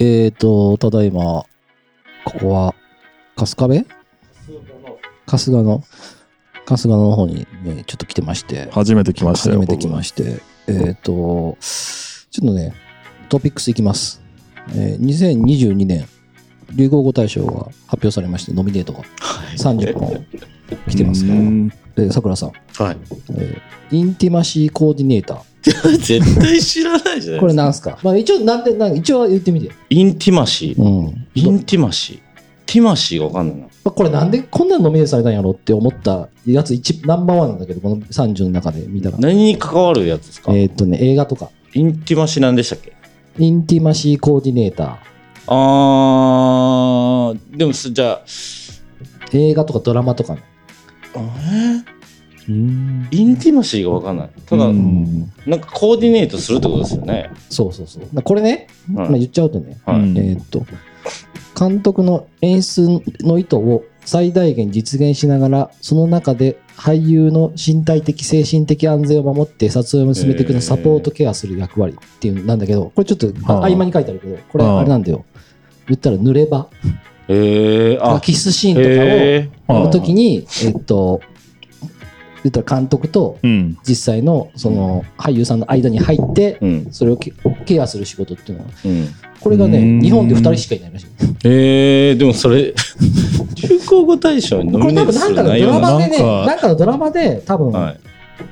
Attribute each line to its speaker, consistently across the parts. Speaker 1: えーと、ただいま、ここは、春日部春日の、春日野の方にね、ちょっと来てまして、
Speaker 2: 初めて来ましたよ。
Speaker 1: 初めて来まして、えーと、ちょっとね、トピックスいきます。えー2022年、流行語大賞が発表されまして、ノミネートが30本来
Speaker 2: 来
Speaker 1: て ますから、
Speaker 2: ら。
Speaker 1: えーさくらさん、
Speaker 3: はい。
Speaker 1: えーインティマシーコーディネーター。
Speaker 3: 絶対知らないじゃない
Speaker 1: これなんすかまあ一応、なんで、なん一応言ってみて。
Speaker 3: インティマシー。
Speaker 1: うん。
Speaker 3: インティマシー。ティマシーがわかんないな。
Speaker 1: まあこれなんでこんなのノミネートされたんやろって思ったやつ一ナンバーワンなんだけどこの30の中で見たら
Speaker 3: 何に関わるやつですか、
Speaker 1: えーっとね映画とか
Speaker 3: インティマシーなんでしたっけ
Speaker 1: インティマシーコーディネータ
Speaker 3: あー、でもすじゃあ、
Speaker 1: ー映画とかドラマとかの
Speaker 3: えーインティマシーがわかんない。ただ、
Speaker 2: うん
Speaker 3: なんかコーディネートするってことですよね。
Speaker 1: そうそうそうまあこれね、
Speaker 3: はい
Speaker 1: まあ、言っちゃうとね、
Speaker 3: はい
Speaker 2: うん
Speaker 1: えーっと監督の演出の意図を最大限実現しながらその中で俳優の身体的精神的安全を守って撮影を進めていくのをサポートケアする役割っていうのなんだけどこれちょっとあ
Speaker 2: はあ
Speaker 1: 合間に書いてあるけどこれ
Speaker 2: はあ
Speaker 1: あれなんだよ言ったら濡れ場
Speaker 3: えー、あ、
Speaker 1: キスシーンとかを、
Speaker 3: え
Speaker 1: あの
Speaker 2: あ
Speaker 1: 時に、えっと、言ったら監督と
Speaker 2: うん。
Speaker 1: 実際のその俳優さんの間に入って
Speaker 3: ー、、うん、
Speaker 1: それをケケアする仕事っていうのは、
Speaker 3: うん。
Speaker 1: これが
Speaker 2: うー
Speaker 1: ね、
Speaker 2: ん
Speaker 1: 日本で2人しかいないらしい。
Speaker 3: えー、でもそれ、 流行語大賞にノ
Speaker 1: これ
Speaker 3: ミネ
Speaker 1: 多
Speaker 3: ート
Speaker 1: 分なん
Speaker 3: する
Speaker 1: かの
Speaker 3: 内
Speaker 1: ド
Speaker 3: 容
Speaker 1: ラ
Speaker 2: な
Speaker 1: マでね、
Speaker 2: なんか
Speaker 1: なんかのドラマで多分、
Speaker 3: はい。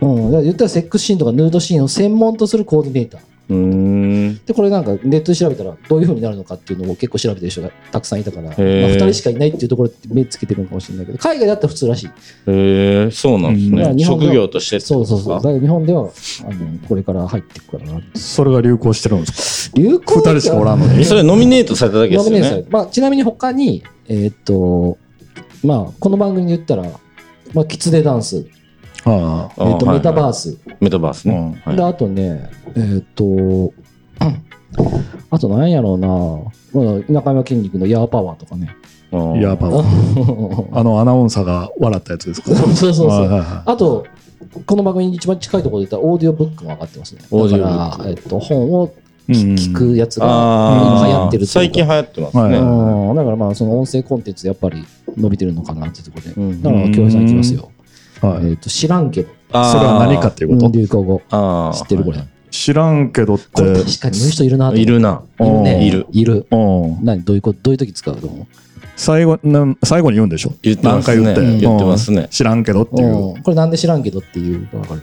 Speaker 1: うん、だから言ったらセックスシーンとかヌードシーンを専門とするコーディネーター。
Speaker 3: うーん。
Speaker 1: で、これなんかネットで調べたらどういうふうになるのかっていうのを結構調べてる人がたくさんいたから、まあ、
Speaker 3: ー
Speaker 1: 2人しかいないっていうところで目つけてるのかもしれないけど、海外だったら普通らしい。
Speaker 3: えー、そうなんです
Speaker 1: うんまあ
Speaker 3: ね。
Speaker 1: 日本では
Speaker 3: 職業としてってこ
Speaker 1: そ
Speaker 3: と
Speaker 1: う
Speaker 3: です
Speaker 1: そ
Speaker 3: か
Speaker 1: うそう。だから日本では、あの、これから入っていくからなって。
Speaker 2: それが流行してるんです
Speaker 1: 流
Speaker 2: か
Speaker 1: 行
Speaker 2: 二人しかおらんのに。
Speaker 3: それノミネートされただけで
Speaker 1: ノ
Speaker 3: す
Speaker 1: ミ
Speaker 3: よ
Speaker 1: ネートされ
Speaker 3: ね。
Speaker 1: たまあ、ちなみに他に、えーっと、まあ、この番組で言ったら、まあ、キツネダンス、
Speaker 2: あ
Speaker 1: えーっと、
Speaker 3: あ
Speaker 1: メタ
Speaker 3: ー
Speaker 1: バース、
Speaker 3: ス。メタバース
Speaker 2: あ。う
Speaker 3: ね。
Speaker 2: ん。
Speaker 3: はい
Speaker 1: で、あとね、えーっと、あとなんやろうな、まあ、中山筋肉のヤーパワーとか ね。
Speaker 3: あー
Speaker 2: いや、パワーあのアナウンサーが笑ったやつですか。
Speaker 1: そうそうそ。
Speaker 2: はいうはいは
Speaker 1: あと、この番組に一番近いところで言ったら、オーディオブックも上がってますね。だ
Speaker 3: オー
Speaker 1: か
Speaker 3: ディオブック
Speaker 1: ら、えーっと、本を
Speaker 2: いうん
Speaker 1: 聞くやつが
Speaker 3: あ
Speaker 1: 今
Speaker 3: ー
Speaker 1: 流行ってるっていうか
Speaker 3: 最近流行ってますね。
Speaker 2: は
Speaker 1: うん、だからまあその音声コンテンツやっぱり伸びてるのかなっていうところで、
Speaker 3: うん
Speaker 1: だから京平さんいきますよ、
Speaker 2: は
Speaker 1: え
Speaker 2: い。
Speaker 1: っと知らんけど
Speaker 3: あー
Speaker 2: それは何かっていう
Speaker 1: う
Speaker 2: こ
Speaker 1: ん
Speaker 2: と。
Speaker 1: 流行語
Speaker 3: あー
Speaker 1: 知ってるこれ、
Speaker 3: はい
Speaker 2: 知らんけどって。
Speaker 1: これ確かに言う人いるなと
Speaker 3: いるな。
Speaker 1: いる
Speaker 2: う
Speaker 1: ね
Speaker 2: ん
Speaker 3: いる。
Speaker 1: いる
Speaker 2: うん。
Speaker 1: 何どういうことどういう時使うと思
Speaker 2: 最後なん最後に言うんでしょ。
Speaker 3: 言ってます
Speaker 2: 何
Speaker 3: ね。
Speaker 2: 回言って。
Speaker 3: 言ってますね
Speaker 2: うん。知らんけどっ
Speaker 1: う
Speaker 2: ていう。
Speaker 1: うんこれなんで知らんけどっていうか分かる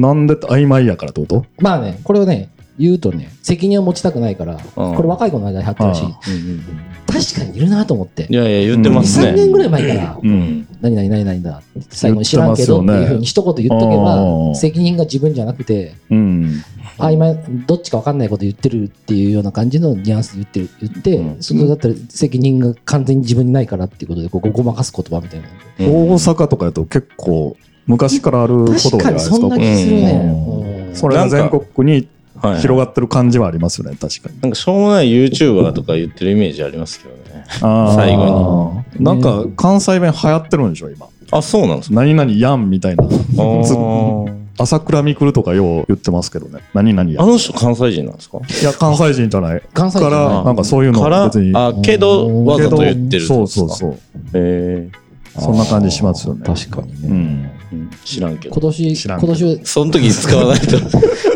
Speaker 2: なんでって曖昧やからってこと？
Speaker 1: まあねこれをね言うとね責任を持ちたくないから、これ若い子の間に流行ってるし、
Speaker 2: うん
Speaker 1: 確かにいるなと思って
Speaker 3: いやいや、言ってます
Speaker 1: 23年
Speaker 3: ね。
Speaker 1: ぐらい前から
Speaker 2: う。
Speaker 3: うんん。
Speaker 1: 何々何々だって言って最後に知らんけどっていうふうに一言言っとけ
Speaker 2: うん
Speaker 1: ば責任が自分じゃなくて
Speaker 2: うん。
Speaker 1: あ今どっちか分かんないこと言ってるっていうような感じのニュアンスで言ってる言って、
Speaker 3: うん
Speaker 1: それだったら責任が完全に自分にないからっていうことでこうごまかす言葉みたいな
Speaker 3: う
Speaker 2: 大
Speaker 3: ん
Speaker 2: 阪とかやと結構昔からある言葉じ
Speaker 1: 確
Speaker 2: ゃな
Speaker 1: か
Speaker 2: いで
Speaker 1: に
Speaker 2: す
Speaker 1: そ
Speaker 2: か。
Speaker 1: んな
Speaker 2: これ
Speaker 1: 気するね、
Speaker 2: うん
Speaker 1: うん
Speaker 2: それが全国に
Speaker 3: はい。
Speaker 2: 広がってる感じはありますよね、確かに。
Speaker 3: なんかしょうもない YouTuber とか言ってるイメージありますけどね。
Speaker 2: あー
Speaker 3: 最
Speaker 1: 後に
Speaker 2: なんか関西弁流行ってるんでしょ、今。
Speaker 3: あ、そうなんですか。
Speaker 2: 何々やんみたいな。
Speaker 3: あー
Speaker 2: 朝倉未来とかよう言ってますけどね。何々や
Speaker 3: あ
Speaker 2: ん。
Speaker 3: の人関西人なんですか
Speaker 2: いや、関西人じゃない。
Speaker 1: 関西
Speaker 2: か
Speaker 1: 人じゃ
Speaker 2: ら、
Speaker 1: な
Speaker 2: ないんかそういうの
Speaker 3: から
Speaker 2: 別に。、
Speaker 3: あ、けど、わ
Speaker 2: け
Speaker 3: ざ
Speaker 2: ど
Speaker 3: と言ってるって
Speaker 2: そ
Speaker 3: こと
Speaker 2: う
Speaker 3: です
Speaker 2: そう
Speaker 3: か
Speaker 2: そう。
Speaker 3: へ
Speaker 2: そんな感じしますよね。
Speaker 1: 確かにね、
Speaker 2: うん。
Speaker 3: えうん知らんけど
Speaker 1: 今。年
Speaker 2: 知ら
Speaker 1: 今
Speaker 2: んけど
Speaker 1: 年
Speaker 3: その時使わないと。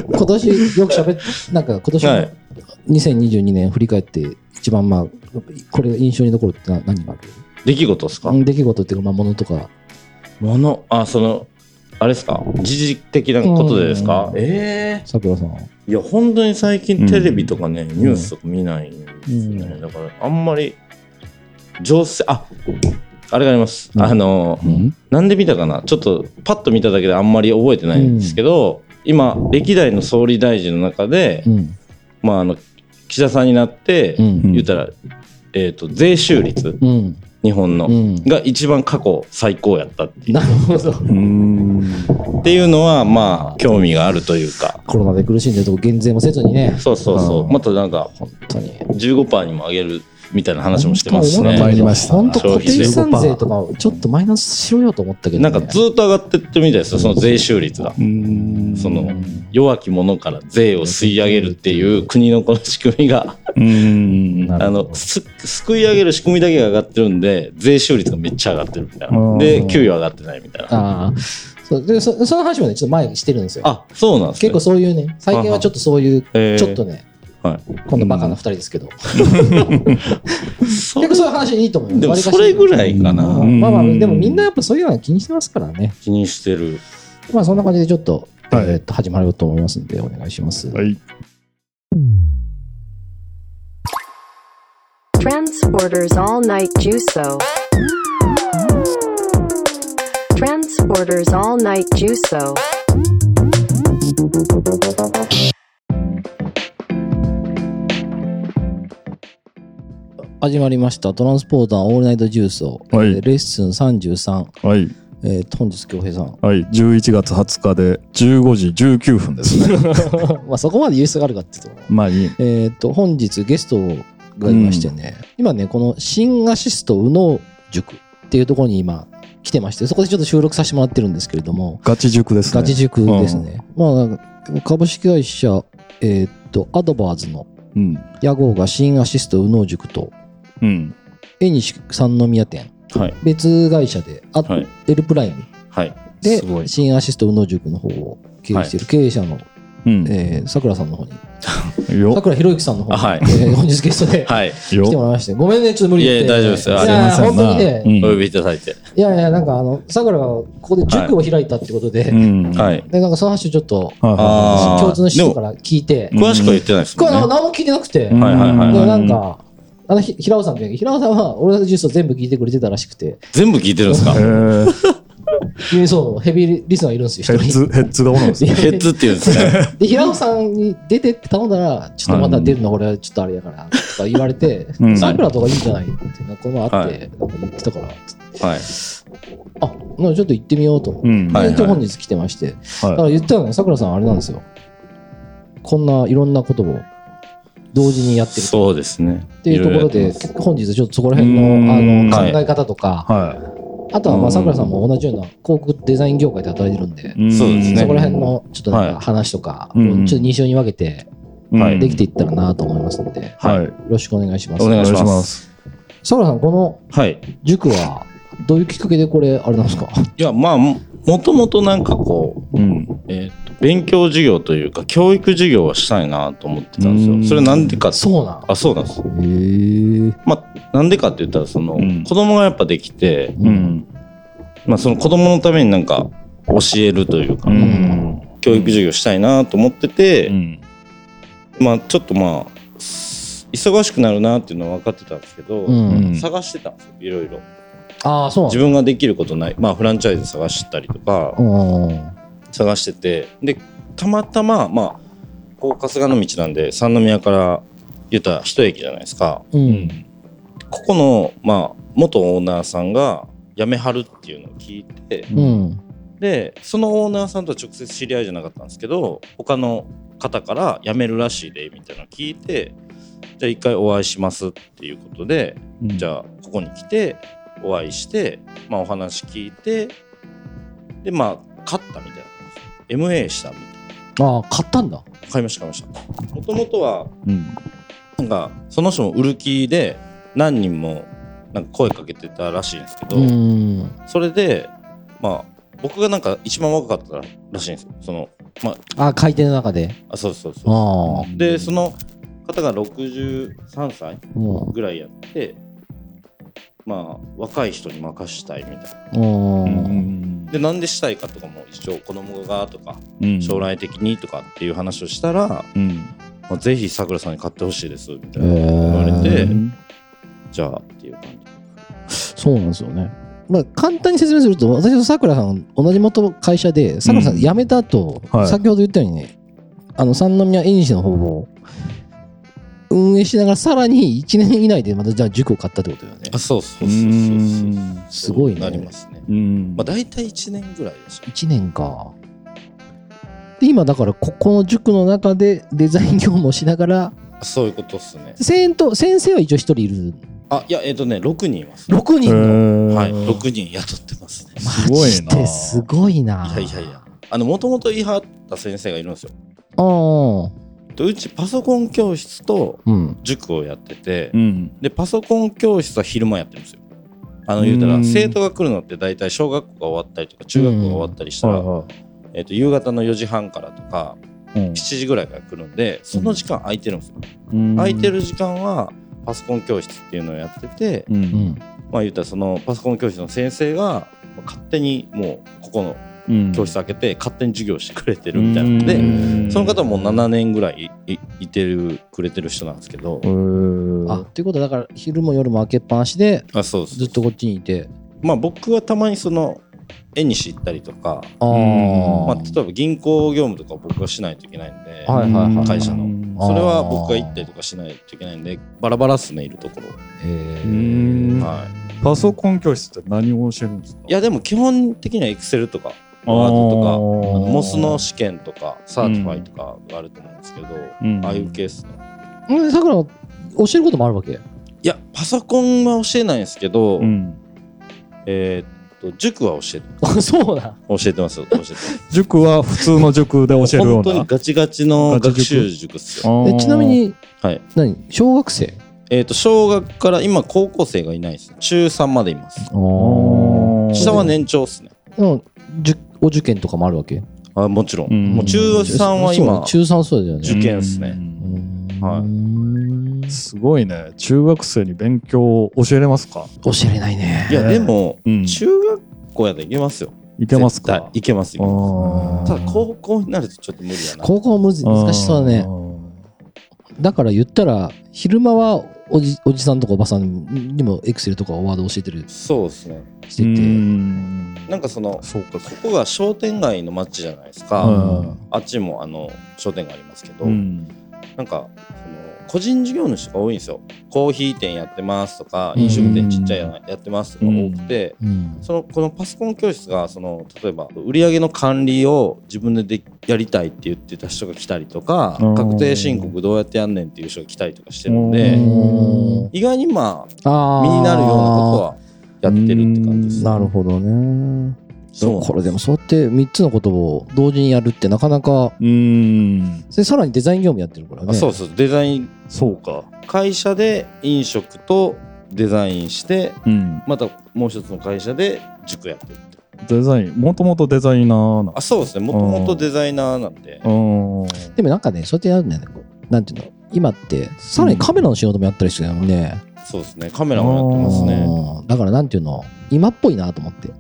Speaker 1: 今年よく喋っなんか今年、
Speaker 3: はい
Speaker 1: 2022年振り返って一番まあこれが印象に残るってな何がある
Speaker 3: 出来事ですか
Speaker 1: うん出来事っていうかまあものとか
Speaker 3: もの、あ、その、あれですか時事的なことでですか
Speaker 1: うん
Speaker 3: ええ
Speaker 1: さくらさんは
Speaker 3: ーいや、本当に最近テレビとかね、ニュースとか見ないんですね。
Speaker 1: うん
Speaker 3: だから、あんまり、情勢、あ、あれがあります。
Speaker 1: うん
Speaker 3: あの、
Speaker 1: うん
Speaker 3: なんで見たかなちょっと、パッと見ただけであんまり覚えてないんですけど、今、歴代の総理大臣の中で、
Speaker 1: うん
Speaker 3: まあ、あの、岸田さんになって、
Speaker 1: うん
Speaker 3: 言ったら、えっ、と、税収率、
Speaker 1: うん
Speaker 3: 日本の、
Speaker 1: うん
Speaker 3: が一番過去最高やったっていう。
Speaker 1: なるほど
Speaker 2: うん。
Speaker 3: っていうのはまあ興味があるというか
Speaker 1: コロナで苦しんでるとこ減税もせずにね、
Speaker 3: そうそうそう、
Speaker 2: うん
Speaker 3: またなんか
Speaker 1: 本当に。
Speaker 3: 15%にも上げるみたいな話もしてますし
Speaker 2: 本当
Speaker 3: ね
Speaker 2: にりました
Speaker 1: 本当、
Speaker 3: 消
Speaker 1: 固
Speaker 3: 費税
Speaker 1: 定資産税とか、ちょっとマイナスしろよと思ったけど、
Speaker 3: な
Speaker 1: ね、
Speaker 3: んかずっと上がってってるみたいですよその税収率が
Speaker 2: うん
Speaker 3: その弱き者から税を吸い上げるっていう国のこの仕組みが
Speaker 2: うん
Speaker 1: なる
Speaker 3: あ
Speaker 1: ほど
Speaker 3: のすすくい上げる仕組みだけが上がってるんで税収率がめっちゃ上がってるみたい
Speaker 2: あ
Speaker 3: な
Speaker 2: ー
Speaker 3: で給与上がってないみたいな
Speaker 1: ああそうでそその話もねちょっと前にしてるんですよ
Speaker 3: あそうなんですね
Speaker 1: 結構そういうね最近はちょっとそういう
Speaker 3: えー
Speaker 1: ちょっとね、
Speaker 3: は
Speaker 1: 今度バカな2人ですけど、
Speaker 3: いそ
Speaker 1: 結構そういう話いいと思います
Speaker 3: でも
Speaker 1: 割かし
Speaker 3: それぐらいか
Speaker 1: う
Speaker 3: なん
Speaker 1: まあまあ
Speaker 2: うん
Speaker 1: でもみんなやっぱそういうのは気にしてますからね
Speaker 3: 気にしてる
Speaker 1: まあそんな感じでちょっと、
Speaker 2: はい
Speaker 1: えーっと始まると思いますんでお願いします、
Speaker 2: はい
Speaker 4: Transporters All Night Juso. Transporters All Night Juso.
Speaker 1: 始まりましたトランスポーターオールナイトジュースを、
Speaker 2: はい
Speaker 1: えーレッスン33、
Speaker 2: はい
Speaker 1: えーっと本日恭平さん
Speaker 2: はい11月20日で15時19分ですね
Speaker 1: まあそこまで言う必要があるかっていうと
Speaker 2: まあいい
Speaker 1: えーっと本日ゲストがいましてね、今ねこの新アシスト右脳塾っていうところに今来てましてそこでちょっと収録させてもらってるんですけれども
Speaker 2: ガチ塾ですね
Speaker 1: ガチ塾ですね、まあ株式会社えーっとアドバーズの
Speaker 2: うん
Speaker 1: 屋号が新アシスト右脳塾と
Speaker 2: うん
Speaker 1: 江西三宮店
Speaker 3: はい
Speaker 1: 別会社であ、
Speaker 3: はい
Speaker 1: エルプライム
Speaker 3: はい
Speaker 1: です
Speaker 3: ごい
Speaker 1: 新アシスト右脳塾の方を経営している経営者の、
Speaker 2: うん
Speaker 1: えーさくらさんの方にさ
Speaker 2: よ
Speaker 1: くらひろゆきさんの方に、
Speaker 3: あはい
Speaker 1: えー本日ゲストで
Speaker 3: はい
Speaker 1: 来ても
Speaker 2: よ
Speaker 1: らいましてごめんねちょっと無理言って
Speaker 3: いやいや大丈夫です
Speaker 1: い
Speaker 3: あ
Speaker 1: や
Speaker 2: すいません
Speaker 1: 本当にね、
Speaker 2: う
Speaker 3: お
Speaker 2: ん
Speaker 3: 呼びいただいて
Speaker 1: いやいやなんかあのさくらがここで塾を開いたってことで、
Speaker 2: うん
Speaker 3: はいい
Speaker 1: でなんかその話をちょっと
Speaker 2: あ
Speaker 3: あー
Speaker 1: 共通の人から聞いて
Speaker 2: も
Speaker 3: 詳しくは言ってないです
Speaker 1: こ
Speaker 3: も
Speaker 1: れ
Speaker 3: んね
Speaker 1: あの何も聞いてなくて、
Speaker 2: うん
Speaker 1: で
Speaker 3: はいはいはいはい
Speaker 1: なんかあのひ平尾さんという平尾さんは俺のジュースを全部聞いてくれてたらしくて
Speaker 3: 全部聞いてるんですか
Speaker 2: へえ
Speaker 1: 言えそうなヘビーリスナーいるんです
Speaker 2: ヘ
Speaker 1: よ
Speaker 2: ッズヘッズがおるんですね
Speaker 3: ヘッズっていうんですね
Speaker 1: で平尾さんに出てって頼んだらちょっとまた出るの俺はちょっとあれやからとか言われて
Speaker 2: うん
Speaker 1: さくらとかいいんじゃないってなんかこのあっ
Speaker 3: は
Speaker 1: てなんか言ってたから
Speaker 3: はい
Speaker 1: あなんかちょっと行ってみようと思って。
Speaker 2: うん
Speaker 3: はい
Speaker 1: でちょ本日来てまして、だから言ったよね、さくらさん、あれなんですよ、こんないろんなことを同時にやってる
Speaker 3: そうですね
Speaker 1: っていうところ
Speaker 3: い
Speaker 1: で
Speaker 3: ろいろやって、
Speaker 1: 本日、ちょっとそこら辺の
Speaker 2: う
Speaker 1: あ
Speaker 2: ーん
Speaker 1: の
Speaker 3: はい
Speaker 1: 考え方とか、
Speaker 2: は
Speaker 1: あとはま
Speaker 3: う
Speaker 1: あ
Speaker 3: ん
Speaker 1: さくらさんも同じような広告デザイン業界で働いてるんで、
Speaker 2: い
Speaker 3: そうですね
Speaker 1: そこら辺のちょっとなん
Speaker 3: は
Speaker 1: か話とか、
Speaker 2: う
Speaker 1: ちょっ
Speaker 2: ん
Speaker 1: と2週に分けて
Speaker 2: はい
Speaker 1: できていったらなと思いますので、よ
Speaker 2: はい
Speaker 1: ろしくお願いします
Speaker 3: お。願いし
Speaker 2: お願いし
Speaker 3: ま
Speaker 2: ます
Speaker 1: さくらさん、この
Speaker 3: はい
Speaker 1: 塾はどういうきっかけでこれ、あれなんですか
Speaker 3: いやまあももともとなんかこう
Speaker 2: うん
Speaker 3: えーと勉強授業というか教育授業はしたいなと思ってたんです
Speaker 2: うん
Speaker 3: よ。それなんでかって
Speaker 1: そうなん
Speaker 3: あそうなんです。
Speaker 1: へー
Speaker 3: まあなんでかって言ったらその、
Speaker 2: うん
Speaker 3: 子供がやっぱできて、
Speaker 2: うん
Speaker 3: まあ、その子供のためになんか教えるというか、
Speaker 2: うん
Speaker 3: 教育授業したいなと思ってて、
Speaker 2: うん
Speaker 3: まあちょっとまあ忙しくなるなっていうのは分かってたんですけど、
Speaker 1: うん
Speaker 3: 探してたんですよいろいろ。
Speaker 1: ああ、そうなん
Speaker 3: 自
Speaker 1: だ
Speaker 3: 分ができることない、まあ、フランチャイズ探したりとか
Speaker 1: うん
Speaker 3: 探しててでたまたままあこう春日の道なんで三宮から言ったら一駅じゃないですか。
Speaker 1: う。
Speaker 2: うんん
Speaker 3: ここの、まあ、元オーナーさんが辞めはるっていうのを聞いて
Speaker 1: うん。
Speaker 3: でそのオーナーさんとは直接知り合いじゃなかったんですけど他の方から辞めるらしいでみたいなのを聞いてじゃあ一回お会いしますっていうことでじゃあここに来てお会いして、まあ、お話聞いてでまあ勝ったみたいな感じ MA したみたい
Speaker 1: ああ、買ったんだ。
Speaker 3: な買いました買いましたもともとは
Speaker 2: うん
Speaker 3: なんかその人も売る気で何人もなんか声かけてたらしいんですけど、
Speaker 1: うん。
Speaker 3: それでまあ僕がなんか一番若かったらしいんですよその
Speaker 1: ああ、回転の中で。
Speaker 3: あそうそうそ
Speaker 1: ああ。
Speaker 3: うでその方が63歳
Speaker 1: うん
Speaker 3: ぐらいやってまあ若い人に任したいみたいな
Speaker 1: うん。
Speaker 3: でなんでしたいかとかも一応子供がとか
Speaker 2: うん
Speaker 3: 将来的にとかっていう話をしたら、
Speaker 2: うん
Speaker 3: まあ、ぜひさくらさんに買ってほしいですみたいな、
Speaker 1: 言
Speaker 3: われて
Speaker 2: うん
Speaker 3: じゃあっていう感じ
Speaker 1: そうなんですよね。まあ、簡単に説明すると、私とさくらさん、同じ元会社で、さくらさん
Speaker 2: うん
Speaker 1: 辞めた後、
Speaker 2: はい
Speaker 1: 先ほど言ったようにね、あの、三宮縁日の方を運営しながら、さらに1年以内でまたじゃあ塾を買ったってことだよね
Speaker 3: あ。そうそううそうそうそう
Speaker 2: ーん
Speaker 1: すごいね
Speaker 3: なりますね
Speaker 2: うん
Speaker 3: まあ大体1年ぐらいでした
Speaker 1: 1年か。で、今だから、ここの塾の中でデザイン業務をしながら、
Speaker 3: あそういうことっすね
Speaker 1: 先と先生は一応一人いる
Speaker 3: あいやえっ、とね6人います、ね、
Speaker 1: 6
Speaker 2: へ
Speaker 1: 人の
Speaker 2: ー
Speaker 3: はい6人雇ってますね
Speaker 2: すごい
Speaker 1: マジで
Speaker 2: な
Speaker 1: すごいない
Speaker 3: やいやいやあのもともといはっった先生がいるんですよ。
Speaker 1: ああ。
Speaker 3: でうちパソコン教室と
Speaker 1: うん。
Speaker 3: 塾をやってて、
Speaker 2: うん。
Speaker 3: でパソコン教室は昼間やってるんですよ。あの言うた
Speaker 2: う
Speaker 3: ら
Speaker 2: ん
Speaker 3: 生徒が来るのって大体小学校が終わったりとか中学校が終わったりしたら、えっと夕方の4時半からとか
Speaker 2: うん
Speaker 3: 7時ぐらいから来るんでその時間空いてるんですよ。
Speaker 2: うん
Speaker 3: 空いてる時間はパソコン教室っていうのをやってて、
Speaker 2: う
Speaker 1: うんん。
Speaker 3: まあ言うたらそのパソコン教室の先生がまあ勝手にもうここの
Speaker 2: うん
Speaker 3: 教室開けて勝手に授業してくれてるみたいなの
Speaker 2: う
Speaker 3: で
Speaker 2: ん
Speaker 3: その方も7年ぐらいいいいてるくれてる人なんですけど
Speaker 1: あ、っていうことはだから昼も夜も開けっぱなしで
Speaker 3: あそうです
Speaker 1: ずっとこっちにいて。
Speaker 3: まあ僕はたまにその絵にし行ったりとか
Speaker 1: ああ。
Speaker 3: まあ例えば銀行業務とか僕はしないといけないんで
Speaker 1: はいはいはい
Speaker 3: 会社の
Speaker 2: うん
Speaker 3: それは僕が行ったりとかしないといけないんでバラバラっすねいるところ
Speaker 1: へ
Speaker 2: う
Speaker 1: え
Speaker 2: ん。
Speaker 3: はい
Speaker 2: パソコン教室って何を教えるんですか
Speaker 3: いやでも基本的にはエクセルとか
Speaker 2: あー
Speaker 3: ワードとかあのモスの試験とかサーティファイとかがあると思うんですけど、
Speaker 2: うん
Speaker 3: ああいうケースね
Speaker 1: うん。さくら、教えることもあるわけ
Speaker 3: いやパソコンは教えないんですけど、
Speaker 2: うん
Speaker 3: えーっと塾は教えて
Speaker 1: あ、そうだ。
Speaker 3: 教えてます教えてます
Speaker 2: 塾は普通の塾で 教えるよう
Speaker 3: 本当に
Speaker 2: な
Speaker 3: ガチガチの学習塾っすよ
Speaker 2: あー
Speaker 1: えちなみに、
Speaker 3: はい
Speaker 1: 何小学生
Speaker 3: えーっと小学から今高校生がいないです中3までいます
Speaker 2: ー
Speaker 3: 下は年長っすね
Speaker 1: でもじゅお受験とかもあるわけ
Speaker 3: あもちろん、
Speaker 2: うん
Speaker 3: もう中3は
Speaker 1: そうだね
Speaker 3: 今
Speaker 1: 中3そうだよね
Speaker 3: 受験っすね
Speaker 2: うん
Speaker 1: う
Speaker 3: はい
Speaker 1: ん
Speaker 2: すごいね中学生に勉強を教えれますか
Speaker 1: 教えれないね
Speaker 3: いやでも、
Speaker 2: うん
Speaker 3: 中学校やでいけますよ
Speaker 2: いけますか
Speaker 3: いけますいけます
Speaker 2: あー
Speaker 3: ただ高校になるとちょっと無理やな
Speaker 1: 高校むず難しそうだねだから言ったら昼間はおじおじさんとかおばさんにもエクセルとかワード教えてる
Speaker 3: そうですね
Speaker 1: し
Speaker 2: う
Speaker 1: てて
Speaker 2: ん
Speaker 3: なんかその
Speaker 2: そうかそ
Speaker 3: ここが商店街の街じゃないですか、
Speaker 2: うん
Speaker 3: あっちもあの商店街ありますけど、
Speaker 2: うん
Speaker 3: なんかその個人事業主が多いんですよコーヒー店やってますとか
Speaker 1: うん
Speaker 3: 飲食店ちっちゃいややってますとか多くて、
Speaker 1: うん
Speaker 3: そのこのパソコン教室がその例えば売り上げの管理を自分ででやりたいって言ってた人が来たりとか
Speaker 2: うん
Speaker 3: 確定申告どうやってやんねんっていう人が来たりとかしてるん
Speaker 1: う
Speaker 3: で
Speaker 1: ん
Speaker 3: 意外にまあ
Speaker 1: あー
Speaker 3: 身になるようなことはやってるって感じです。
Speaker 1: なるほどね
Speaker 3: そうなんです
Speaker 1: これでもそうやって3つのことを同時にやるってなかなか
Speaker 2: うん
Speaker 1: でさらにデザイン業務やってるからね
Speaker 3: あそうそうデザイン
Speaker 2: そうか
Speaker 3: 会社で飲食とデザインして
Speaker 2: うん
Speaker 3: またもう一つの会社で塾やってるって
Speaker 2: デザインもともとデザイナーな
Speaker 3: あそうですねもともとデザイナーなんで
Speaker 2: のうん
Speaker 1: でもなんかね、そうやってやるんだよね。こうなんていうの今って、さらにカメラの仕事もやったりしてるもんね。
Speaker 3: そうですねカメラもやってますね
Speaker 1: うんだからなんていうの今っぽいなと思って。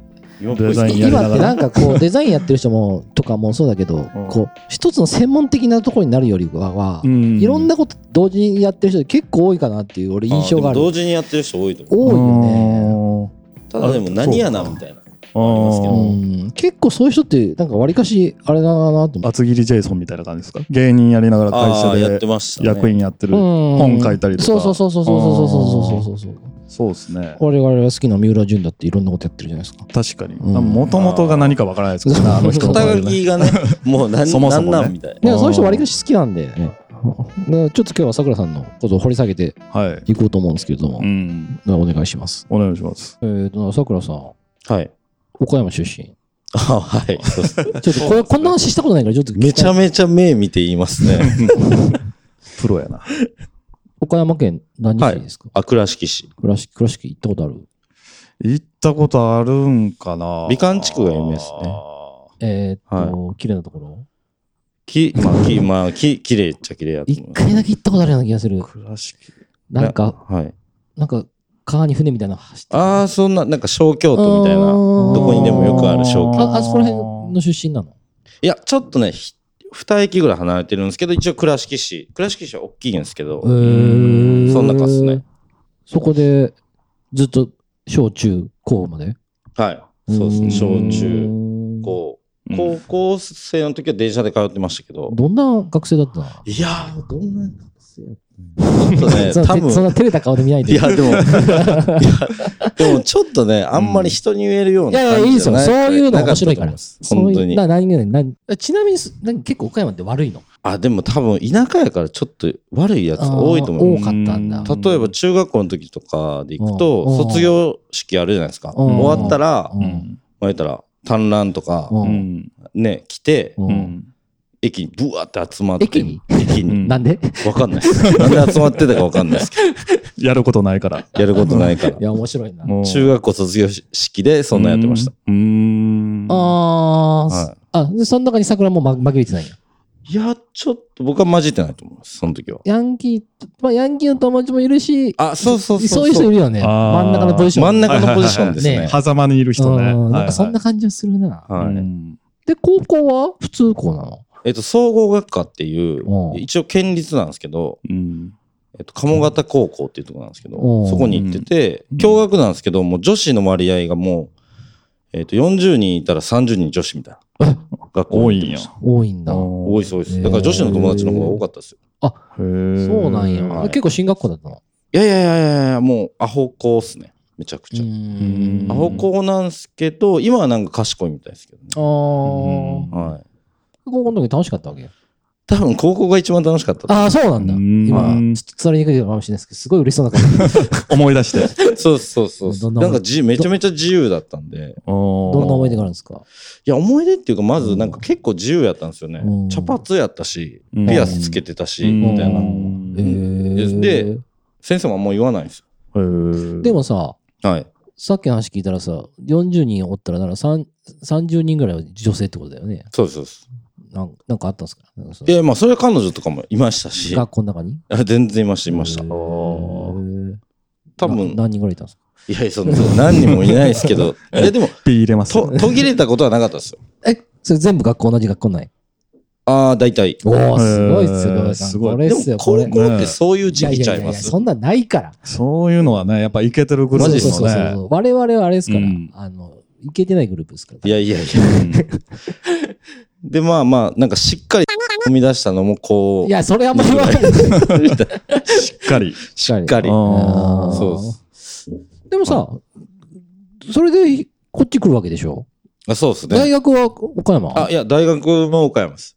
Speaker 3: 今っぽいっ
Speaker 2: デ
Speaker 3: す
Speaker 2: ザ
Speaker 3: ね
Speaker 2: インやりな
Speaker 1: 今
Speaker 2: がら
Speaker 1: ってなんかこう、デ ザインやってる人も、とかもそうだけど
Speaker 2: うん、
Speaker 1: こう、一つの専門的なところになるよりかは、
Speaker 2: うん
Speaker 1: いろんなこと同時にやってる人結構多いかなっていう、俺印象がある
Speaker 3: でも。同時にやってる人多いと思う
Speaker 1: 多いよね。
Speaker 3: ただでも何やなみたいな
Speaker 2: あー
Speaker 3: ありますけど
Speaker 2: うん
Speaker 1: うん結構そういう人って、なんかわりかし、あれだなと思って。
Speaker 2: 厚切りジェイソンみたいな感じですか芸人やりながら
Speaker 3: ああ
Speaker 2: 会
Speaker 3: ーや
Speaker 2: 社
Speaker 3: って
Speaker 2: で
Speaker 3: ましたね
Speaker 2: 役員やってる
Speaker 1: 本
Speaker 2: 本書いたりとか
Speaker 1: そうそうそうそうそうそうそうそうそうそう。
Speaker 2: そうですね
Speaker 1: 我々が好きな三浦淳だっていろんなことやってるじゃないですか。
Speaker 2: 確かに
Speaker 1: うん
Speaker 2: もともとが何かわからないですけどね
Speaker 1: あー
Speaker 2: あの人の場合
Speaker 3: 肩
Speaker 2: は
Speaker 3: 書きがね もう何
Speaker 2: そもそもね
Speaker 3: なんなんみたいな
Speaker 1: で
Speaker 2: あー
Speaker 1: その人割りかし好きなんで、ね、だからちょっと今日はさくらさんのことを掘り下げて
Speaker 2: はい
Speaker 1: いこうと思うんですけれども、
Speaker 2: うん
Speaker 1: お願いします。
Speaker 2: お願いします
Speaker 1: えー、と、さくらさん、
Speaker 3: はい
Speaker 1: 岡山出身。
Speaker 3: あはいそうっす
Speaker 1: ちょっとこれ、こんな話したことないから、ちょっと
Speaker 3: めちゃ
Speaker 1: め
Speaker 3: めちゃ目見て言います ね
Speaker 2: プロやな
Speaker 1: 岡山県何市ですか、
Speaker 3: あ倉敷市
Speaker 1: 倉敷、倉敷行ったことある。
Speaker 2: 行ったことあるんかな
Speaker 3: 美観地区が有名ですね
Speaker 1: えっ、と、綺麗なところ。
Speaker 3: きまあきまあき綺麗っちゃ綺麗やと思い
Speaker 1: 一
Speaker 3: ます
Speaker 1: 回だけ行ったことあるような気がする。
Speaker 2: 倉敷
Speaker 1: なんか、
Speaker 3: はい
Speaker 1: なんか、川に船みたいなの走ってる
Speaker 3: ああそんななんか小京都みたいな
Speaker 1: ど
Speaker 3: どこにでもよくある小
Speaker 1: あ、あそこら辺の出身なの
Speaker 3: いや、ちょっとね、ひ二駅ぐらい離れてるんですけど、一応倉敷市。倉敷市は大きいんですけど、
Speaker 1: へー
Speaker 3: そんな感じっすね。
Speaker 1: そこで、ずっと、小中高まで
Speaker 3: はい。そうです
Speaker 1: う
Speaker 3: ね。
Speaker 1: ん
Speaker 3: 小中高。
Speaker 2: うん
Speaker 3: 高校生の時は電車で通ってましたけど。
Speaker 1: どんな学生だったの
Speaker 3: いやー、どんな、ちょっとね、
Speaker 1: そ
Speaker 3: 多
Speaker 1: んなそん
Speaker 3: 分、
Speaker 1: な照れた顔で見ない
Speaker 3: い
Speaker 1: で。
Speaker 3: や、でも、いや、でもちょっとね、あんまり人に言えるよう
Speaker 1: いや
Speaker 3: ない
Speaker 1: や、い
Speaker 3: 感
Speaker 1: いで
Speaker 3: じ
Speaker 1: す
Speaker 3: じ
Speaker 1: よ。
Speaker 3: ゃない
Speaker 1: そういうの面白い
Speaker 3: な
Speaker 1: から。
Speaker 3: ったと思ます
Speaker 1: そう
Speaker 3: 本
Speaker 1: いう
Speaker 3: 当に。
Speaker 1: な何何何えちなみにす、何結構岡山って悪いの
Speaker 3: あ、でも多分、田舎やからちょっと悪いやつが多いと思
Speaker 1: あ
Speaker 3: う
Speaker 1: ー。多かったんだ。
Speaker 2: うん
Speaker 3: 例えば中学校の時とかで行く
Speaker 1: うん
Speaker 3: と、卒業式あるじゃないですか。
Speaker 1: うん
Speaker 3: 終わったら
Speaker 1: う、ん
Speaker 3: まあ、言ったら、単乱とか、
Speaker 1: う
Speaker 2: うんん
Speaker 3: ね、来て、
Speaker 1: うん
Speaker 2: うん
Speaker 3: 駅にブワーって集まって。
Speaker 1: 駅に
Speaker 3: 駅に
Speaker 2: うん
Speaker 1: なんで
Speaker 3: わかんないです。なんで集まってたかわかんないですけ
Speaker 2: やることないから。
Speaker 3: ど、やることないから
Speaker 1: い。や、面白いな。
Speaker 2: もう
Speaker 3: 中学校卒業式でそんなんやってました。。
Speaker 2: うーん。
Speaker 1: あー、
Speaker 3: は
Speaker 1: あ、で、その中に桜もま紛れてないんや。
Speaker 3: いや、ちょっと僕は混じってないと思います、その時は。
Speaker 1: ヤンキー、まあ、ヤンキーの友達もいるし、
Speaker 3: あ、そうそうそう。
Speaker 1: そういう人いるよね。
Speaker 2: あー
Speaker 1: 真ん中のポジション。
Speaker 3: 真ん中のポジションです
Speaker 1: ね
Speaker 3: ね。
Speaker 2: 狭間にいる人ね。
Speaker 1: うん
Speaker 2: は
Speaker 1: ないん
Speaker 2: は
Speaker 1: か
Speaker 2: い
Speaker 1: そんな感じがするな。
Speaker 3: は
Speaker 2: う
Speaker 3: い。
Speaker 2: ん
Speaker 1: で、高校は普通校なの
Speaker 3: えっと、総合学科っていう
Speaker 1: う、ん
Speaker 3: 一応県立なんですけど、
Speaker 2: うん。
Speaker 3: えっと、鴨方高校っていうところなんですけど
Speaker 1: うん、
Speaker 3: そこに行ってて
Speaker 2: うん、
Speaker 3: 共学なんですけど、もう女子の割合がもう、えっと、40人いたら30人女子みたいな。学校
Speaker 2: 多い
Speaker 3: に行って
Speaker 2: ん
Speaker 3: ま
Speaker 2: や
Speaker 3: した。
Speaker 1: 多いんだ。そ
Speaker 3: 多いです、多いで
Speaker 1: へー
Speaker 3: す。だから女子の友達の方が多かったですよ。
Speaker 2: へー
Speaker 1: うなんや。
Speaker 3: はい
Speaker 1: 結構進学校だったの。
Speaker 3: いやいやいやいやいや、もうアホ校っすね。めちゃくちゃ。
Speaker 1: ー
Speaker 2: うん
Speaker 3: アホ校なんすけど、今はなんか賢いみたいですけどね。
Speaker 1: あー
Speaker 2: うん
Speaker 3: はい。
Speaker 1: 高校の時楽しかったわけ
Speaker 3: 多分高校が一番楽しかったと
Speaker 1: ああ、そうなんだ。
Speaker 2: うん
Speaker 1: 今、ちょっと伝わりにくいかもしれないですけど、すごい嬉しそうな感じ。
Speaker 2: 思い出して。
Speaker 3: そうそうそうそ
Speaker 1: ど
Speaker 3: う。
Speaker 1: んな
Speaker 3: なんかじめちゃめちゃ自由だったんで。
Speaker 1: ど
Speaker 2: ど
Speaker 1: んな思い出があるんですか
Speaker 3: いや、思い出っていうか、まずなんか結構自由やったんですよね
Speaker 1: うん。
Speaker 3: 茶髪やったし、
Speaker 2: うん
Speaker 3: ピアスつけてたし、みたいな
Speaker 2: う。ん
Speaker 1: へー
Speaker 3: で先生もあんま言わないんです
Speaker 1: で
Speaker 2: で、
Speaker 1: もさ、
Speaker 3: よ。はい。
Speaker 1: さっきの話聞いたらさ、40人おったらならさん30人ぐらいは女性ってことだよね。
Speaker 3: そうですそうです。
Speaker 1: なんなんかあったんですかなんかその
Speaker 3: いや、まあ、それは彼女とかもいましたし、
Speaker 1: 学校の中に
Speaker 3: あ全然いました、いました。
Speaker 1: へー
Speaker 3: 多
Speaker 1: な
Speaker 3: 分、
Speaker 1: 何人ぐらいいたんですか
Speaker 3: いやいや、そんな何人もいないですけ ど、いや、でも、
Speaker 2: ピー入れます。
Speaker 3: と途切れたことはなかったですよ。
Speaker 1: え、それ全部学校同じ学校ない
Speaker 3: ああ、大体。
Speaker 1: おー、すごいっ
Speaker 2: へー
Speaker 1: す
Speaker 2: す
Speaker 1: ごい。
Speaker 2: ごい
Speaker 1: これっ
Speaker 3: ですも
Speaker 1: よ、、こ
Speaker 3: 高
Speaker 1: れ。
Speaker 3: 校ってそういう時期ちゃ
Speaker 1: や
Speaker 3: い
Speaker 1: や
Speaker 3: ま
Speaker 1: やや
Speaker 3: す
Speaker 1: そんなんないから。
Speaker 2: そういうのはね、やっぱいけてるグルー
Speaker 3: マ
Speaker 2: プ
Speaker 3: ジ
Speaker 2: で
Speaker 3: っす
Speaker 1: そう
Speaker 3: ね
Speaker 1: そ
Speaker 2: す
Speaker 1: うそう
Speaker 2: ね
Speaker 1: そう。。我々はあれですから
Speaker 2: うん、
Speaker 1: あの、いけてないグループですから。
Speaker 3: いやいやいや。で、まあまあ、なんかしっかり踏み出したのもこう。
Speaker 1: いや、それあんまり言わない。し
Speaker 2: しっかり。
Speaker 1: っか
Speaker 3: しっかり。
Speaker 1: あー
Speaker 3: そうです
Speaker 1: でもさ、それでこっち来るわけでしょ
Speaker 3: あそうです
Speaker 1: 大
Speaker 3: ね。
Speaker 1: 学は岡山
Speaker 3: あ、いや、大学も岡山です。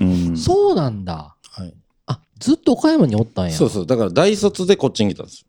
Speaker 2: うん
Speaker 1: そうなんだ。
Speaker 3: はい
Speaker 1: あ、ずっと岡山におったんや。
Speaker 3: そうそう。だから大卒でこっちに来たんですよ。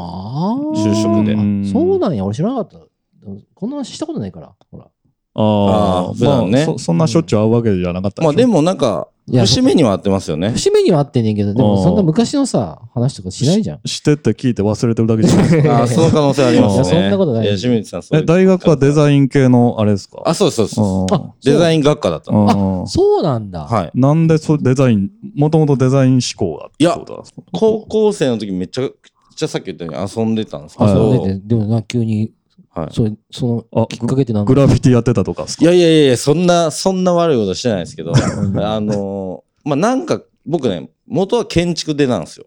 Speaker 1: ああ。
Speaker 3: 就職で
Speaker 1: あそうなんや、俺知らなかった。でもこんな話したことないから。ほら。
Speaker 2: あ
Speaker 3: あ
Speaker 2: あ、
Speaker 3: ー普
Speaker 2: まあ
Speaker 3: 段ね
Speaker 2: そそんなしょっちゅう会うわけじゃなかった
Speaker 3: まあで
Speaker 2: も、
Speaker 3: もなんか、
Speaker 1: いや
Speaker 3: 節目には合ってますよね。
Speaker 1: 節目にはあってんねんけど、で
Speaker 2: あ
Speaker 1: も
Speaker 2: ー
Speaker 1: そんな昔のさ、話とかしないじゃん。
Speaker 2: してって聞いて忘れてるだけじゃな いですか。
Speaker 3: あーその可能性ありますね。
Speaker 1: いやそんなことない
Speaker 3: いや、清水さん、そう
Speaker 2: え、
Speaker 3: いう。
Speaker 2: 大学はデザイン系のあれですか
Speaker 3: あ、そうそうそう
Speaker 1: あ
Speaker 2: あ
Speaker 3: デザイン学科だったの。
Speaker 2: あ
Speaker 1: そうなんだ。
Speaker 3: はい。
Speaker 2: なんでそうデザイン、もともとデザイン志向だってことなんですか
Speaker 3: 高校生の時めちゃくちゃさっき言ったように遊んでたんですけ
Speaker 2: はい
Speaker 1: そう
Speaker 3: ど。
Speaker 1: ででもな、急に、
Speaker 3: はい。
Speaker 1: それそ
Speaker 2: あ
Speaker 1: のきっかけってなんだ
Speaker 2: グラフィティやってたとかです
Speaker 3: い
Speaker 2: か
Speaker 3: やいやいや、そんな、そんな悪いことしてないですけど、あのー、まあ、なんか、僕ね、元は建築でなんですよ。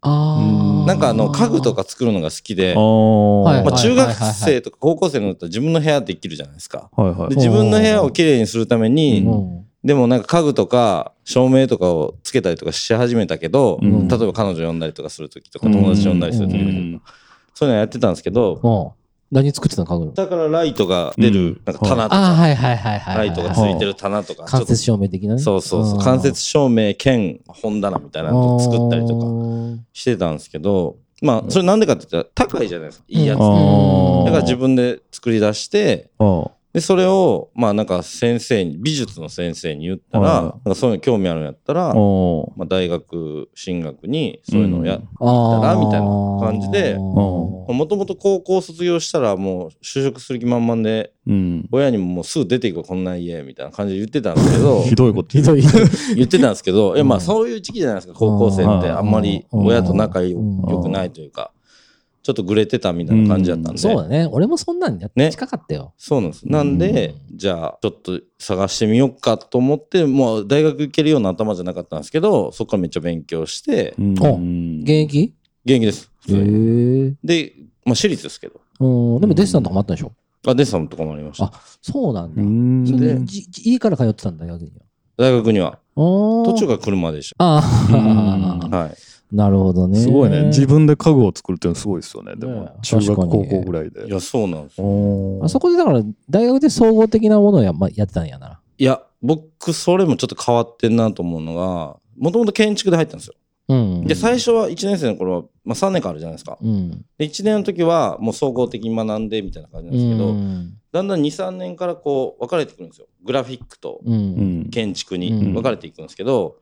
Speaker 1: あ
Speaker 2: う
Speaker 1: あ。
Speaker 2: ん
Speaker 3: なんかあの、家具とか作るのが好きで
Speaker 2: あ、あ。
Speaker 1: はい
Speaker 3: まあ、中
Speaker 1: はい
Speaker 3: 学
Speaker 1: はいはいは
Speaker 3: 生とか高校生になったら自分の部屋できるじゃないですか。
Speaker 2: はいは
Speaker 3: で、
Speaker 2: い。
Speaker 3: 自分の部屋をきれいにするため
Speaker 1: う
Speaker 3: に、
Speaker 1: ん。
Speaker 3: でもなんか家具とか照明とかをつけたりとかし始めたけど、
Speaker 2: うん
Speaker 3: 例えば彼女呼んだりとかするときとか、友達呼んだりするときと
Speaker 1: う
Speaker 3: か、そういうのやってたんですけ
Speaker 1: う
Speaker 3: ど、
Speaker 1: ん。何作ってたの家具の。
Speaker 3: だからライトが出る、なんか棚と
Speaker 1: ああ、
Speaker 3: か、
Speaker 1: はいはいはいはいは
Speaker 3: ラ
Speaker 1: い。
Speaker 3: イトがついてる棚とか、ちょ
Speaker 1: 間
Speaker 3: っと
Speaker 1: 接照明的なね。
Speaker 3: そうそうそう。間接照明兼本棚みたいなのを作ったりとかしてたんですけど、まあ、それなんでかって言ったら高いじゃないですか。いいやつ。
Speaker 1: うん
Speaker 3: だ
Speaker 2: ああ。
Speaker 3: から自分で作り出して、
Speaker 2: あ
Speaker 3: で、それを、まあなんか先生に、美術の先生に言ったら、
Speaker 2: はい
Speaker 3: なんかそういうの興味あるんやったら、
Speaker 2: あ。お
Speaker 3: まあ大学進学にそういうのをや、
Speaker 2: うん
Speaker 1: あ
Speaker 3: だ
Speaker 1: あ。
Speaker 3: なみたいな感じで
Speaker 1: うん
Speaker 3: もともと高校卒業したらもう就職する気満々で、
Speaker 2: うん。
Speaker 3: 親にももうすぐ出ていこう、こんな家、みたいな感じで言ってたんですけ ど、
Speaker 2: ひどいこと
Speaker 1: ひ
Speaker 2: 言
Speaker 1: ど
Speaker 2: う。
Speaker 1: い。
Speaker 3: 言ってたんですけど、いやま
Speaker 1: う
Speaker 3: あ
Speaker 1: ん
Speaker 3: そういう時期じゃないですか、高校生ってあんまり
Speaker 1: うん
Speaker 3: 親と仲良
Speaker 1: うん
Speaker 3: 良くないというか、ちょっとぐれてたみたいな感じだったんで、
Speaker 1: そう
Speaker 3: そ
Speaker 1: だね。俺もそんなんやって
Speaker 3: ね
Speaker 1: 近かったよ。
Speaker 3: うなんです。なんで、じゃあちょっと探してみようかと思って、もう大学行けるような頭じゃなかったんですけど、そこからめっちゃ勉強して、
Speaker 2: うん
Speaker 1: 現役
Speaker 3: 元気です。普
Speaker 1: へえ。
Speaker 3: 通に
Speaker 1: うん。
Speaker 3: で、まあ私立ですけど、
Speaker 1: でもデッサンとかもあったでしょ
Speaker 3: あデッサンとかもありました。
Speaker 1: そうなん
Speaker 2: う
Speaker 1: だ。
Speaker 2: ん
Speaker 1: それ
Speaker 3: で
Speaker 1: でじじ家から通ってたんだ、逆に。
Speaker 3: 大学には。
Speaker 1: 途
Speaker 3: 途中から車でし
Speaker 1: あ
Speaker 2: うん
Speaker 1: あ、
Speaker 3: た。はい。
Speaker 1: なるほどね。
Speaker 2: すごいね。自分で家具を作るっていうのすごいですよね。で
Speaker 1: ね
Speaker 2: も
Speaker 1: え、
Speaker 2: 中学、
Speaker 1: 確か
Speaker 2: 高
Speaker 1: に
Speaker 2: 校ぐらいで
Speaker 3: い。や、そうなんです。
Speaker 2: おー
Speaker 1: あそこでだから、大学で総合的なものをや,、まあ、やってたんやな。
Speaker 3: いや、僕、それもちょっと変わってんなと思うのが、もともと建築で入ったんですよ。
Speaker 1: うん。
Speaker 3: で、最初は1年生の頃は、まあ、3年間あるじゃないですか。
Speaker 1: うん。
Speaker 3: で、1年の時はもう総合的に学んでみたいな感じなんですけど、
Speaker 1: うん
Speaker 3: だんだん2、3年からこう分かれてくるんですよ。グラフィックと
Speaker 1: う。
Speaker 2: うんん。
Speaker 3: 建築に
Speaker 1: うん
Speaker 3: 分かれていくんですけど、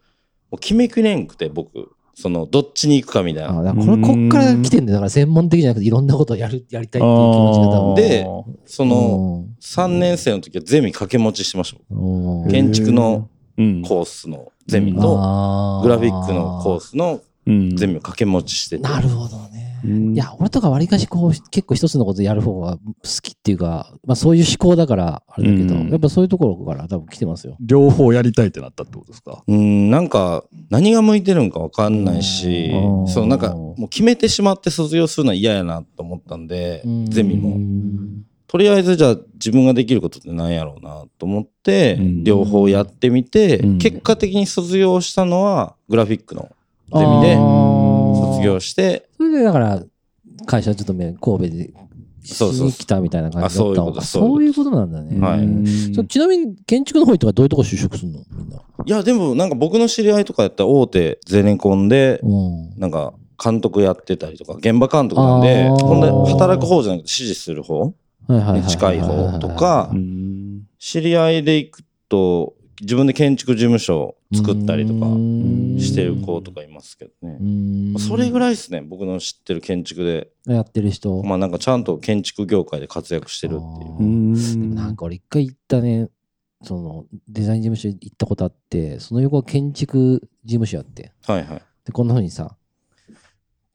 Speaker 3: もう決めきれんくて、僕、その、どっちに行くかみたい
Speaker 1: あ
Speaker 3: な。
Speaker 1: だからこれ、こっから来てんだよ。だから専門的じゃなくて、いろんなことをやる、やりたいっていう気持ちが多分。
Speaker 3: で
Speaker 2: あー
Speaker 3: その、3年生の時はゼミ掛け持ちしてましたもん。
Speaker 1: うん、うん
Speaker 3: 建築の
Speaker 2: うん
Speaker 3: コースのゼミと、
Speaker 1: あ
Speaker 3: グラフィックのコースの
Speaker 2: うん
Speaker 3: ゼミを掛け持ちしてて。
Speaker 1: なるほどね。
Speaker 2: うん
Speaker 1: いや、俺とかわりかしこう、結構一つのことやる方が好きっていうか、まあそういう思考だから、あれだけど、
Speaker 2: うん
Speaker 1: やっぱそういうところから多分来てますよ。
Speaker 2: 両方やりたいってなったってことですか
Speaker 3: うん、なんか、何が向いてるんかわかんないし
Speaker 1: う、ん
Speaker 3: そのなんか、もう決めてしまって卒業するのは嫌やなと思ったんで
Speaker 1: うん、
Speaker 3: ゼミ
Speaker 1: う
Speaker 3: も。
Speaker 1: ん
Speaker 3: とりあえずじゃあ自分ができることって何やろうなと思って
Speaker 2: うん、
Speaker 3: 両方やってみて
Speaker 2: うん、
Speaker 3: 結果的に卒業したのはグラフィックのゼミ
Speaker 1: あ
Speaker 3: で
Speaker 1: ー
Speaker 3: 卒業して、
Speaker 1: それでだから、会社ちょっとめ神戸でし
Speaker 3: そうそう
Speaker 1: に来たみたいな感じだったのか。
Speaker 3: あ
Speaker 1: そ
Speaker 3: そうう
Speaker 1: い
Speaker 3: いうう
Speaker 1: こ
Speaker 3: こと
Speaker 1: なんだね。
Speaker 3: はい
Speaker 2: うん
Speaker 1: そちなみに建築の方にとかどういうとこ就職するのみんな。
Speaker 3: いや、でもなんか僕の知り合いとかやったら大手ゼネコンで、
Speaker 1: うん。
Speaker 3: なんか監督やってたりとか、現場監督なんで、
Speaker 1: あー
Speaker 3: ほんで働く方じゃなくて指示する方
Speaker 1: はいはいはいはい
Speaker 3: に近い方とか
Speaker 2: う、ん
Speaker 3: 知り合いで行くと自分で建築事務所を作ったりとかしてる子とかいますけどね、それぐ
Speaker 1: ら
Speaker 3: らいですね僕の知ってる建築で
Speaker 1: いやってる人。
Speaker 3: まあなんかちゃんと建築業界で活躍してるっていう
Speaker 1: あなんか俺一回行ったね、そのデザイン事務所行ったことあって、その横は建築事務所やって。
Speaker 3: はいはい
Speaker 1: で、こんな風にさ、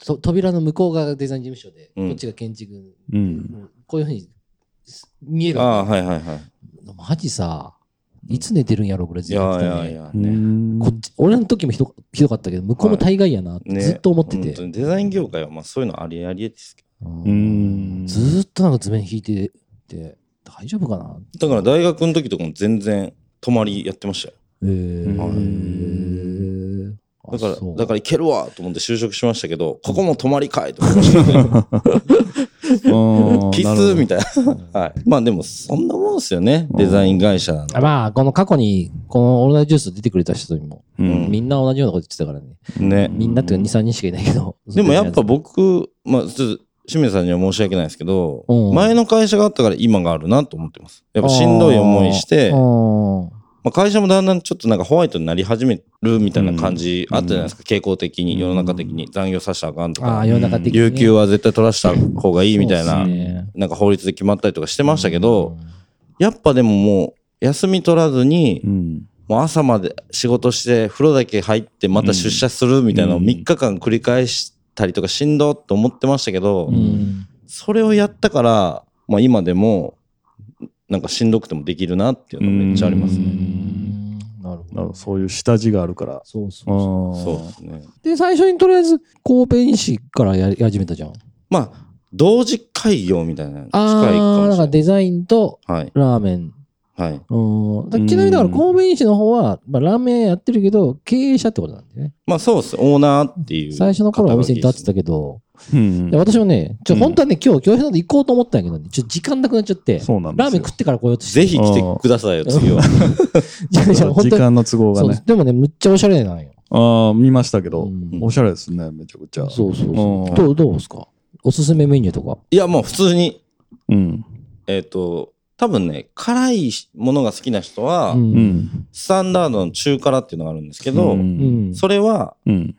Speaker 1: と扉の向こう側がデザイン事務所で、
Speaker 3: うん
Speaker 1: こっちが建築、
Speaker 2: うん
Speaker 1: こういう風に見える
Speaker 3: あ
Speaker 1: わ
Speaker 3: あ
Speaker 1: け。
Speaker 3: はいはいはい
Speaker 1: マジさ、いつ寝てるんやろ、これ
Speaker 3: い
Speaker 1: ずっと
Speaker 3: や
Speaker 1: ね、
Speaker 3: いやいや
Speaker 2: う
Speaker 3: ね
Speaker 2: ん
Speaker 1: こっち、俺らの時もひどひどかったけど、向こうも大概やな、って
Speaker 3: ね
Speaker 1: ずっと思って
Speaker 3: 本
Speaker 1: て
Speaker 3: 当。にデザイン業界はまあそういうのありありですけ
Speaker 2: うん
Speaker 1: ずーっとなんか図面引いてて、大丈夫かな
Speaker 3: どだから大学の時とかも全然泊まりやってましたよ
Speaker 1: えー
Speaker 3: はい
Speaker 1: へー
Speaker 3: だか
Speaker 1: あそう
Speaker 3: らだからいけるわと思って就職しましたけどここも泊まりかいと思いました ピスみ
Speaker 2: た
Speaker 3: たいなはいまあでもそんなもんですよねデザイン会社なん で
Speaker 1: あまあ、この過去に、このオーナージュース出てくれた人にも、
Speaker 2: い
Speaker 3: うん
Speaker 1: みんな同じようなこと言ってたからね。
Speaker 3: ね
Speaker 1: みんなっていうか2、3人しかいないけど。
Speaker 3: でもやっぱ、僕、まあ、ちょっと清水さんには申し訳ないですけど、
Speaker 1: うん
Speaker 3: 前の会社があったから今があるなと思ってます。やっぱしんどい思い して、
Speaker 1: あー
Speaker 3: まあ、会社もだんだんちょっとなんかホワイトになり始めるみたいな感じあったじゃないですか、傾向的に、世の中的に残業させたらあかんと
Speaker 1: あ
Speaker 3: か
Speaker 1: ー、、世の中的にね、
Speaker 3: 有給は絶対取らした方がいいみたい
Speaker 1: そう
Speaker 3: な
Speaker 1: っす、ね
Speaker 3: なんか法律で決まったりとかしてましたけど、、やっぱでももう、休み取らずに、もう朝まで仕事して、風呂だけ入って、また出社するみたいなのを
Speaker 2: うん
Speaker 3: 3日間繰り返したりとかしんどっと思ってましたけど、
Speaker 1: うん。
Speaker 3: それをやったから、まあ今でも、なんかしんどくてもできるなっていうのめっちゃあります
Speaker 1: う
Speaker 3: ね。
Speaker 1: んなるほど。
Speaker 2: そういう下地があるから
Speaker 1: そうそう
Speaker 2: あ
Speaker 1: そ
Speaker 2: ー
Speaker 3: そうですね。
Speaker 1: う。で、最初にとりあえず、神戸医師からやり始めたじゃん。
Speaker 3: まあ、同時開業みたいなのに近いか
Speaker 1: ああ、
Speaker 3: も
Speaker 1: なんか
Speaker 3: しれない。
Speaker 1: デザインと
Speaker 3: はい。
Speaker 1: ラーメン。
Speaker 3: はい。
Speaker 1: うん。だからちなみにだから神戸医師の方は、まあ、ラーメン屋やってるけど、経営者ってことなんだよね。
Speaker 3: まあそうです。オーナーっていう。
Speaker 1: 最初の頃はお店に立ってたけど、
Speaker 2: うん
Speaker 1: いや私もね、ちょ、
Speaker 2: うん
Speaker 1: 本当はね、今日、教室なんで行こうと思ったんやけどね、ちょ、時間なくなっちゃって、
Speaker 2: そうなんです
Speaker 1: ラ
Speaker 2: よ
Speaker 1: ーメン食ってから来ようとして。
Speaker 3: ぜひ来てくださいよ、次は。
Speaker 1: いやいや本
Speaker 2: 時
Speaker 1: 当に
Speaker 2: 間の都合が
Speaker 1: そうで
Speaker 2: ね
Speaker 1: す。でもね、むっちゃおしゃれなんよ。
Speaker 2: ああ見ましたけど
Speaker 1: うん
Speaker 2: おしゃれですねめちゃくちゃ
Speaker 1: そうそうそうう。
Speaker 2: ん
Speaker 1: どう、どうですかおすすめメニューとか。
Speaker 3: いや、もう普通に、
Speaker 2: うん
Speaker 3: えっ、と、多分ね、辛いものが好きな人は、
Speaker 1: うん
Speaker 2: うん
Speaker 3: スタンダードの中辛っていうのがあるんですけど、
Speaker 2: うん
Speaker 1: うん
Speaker 3: それは
Speaker 2: うん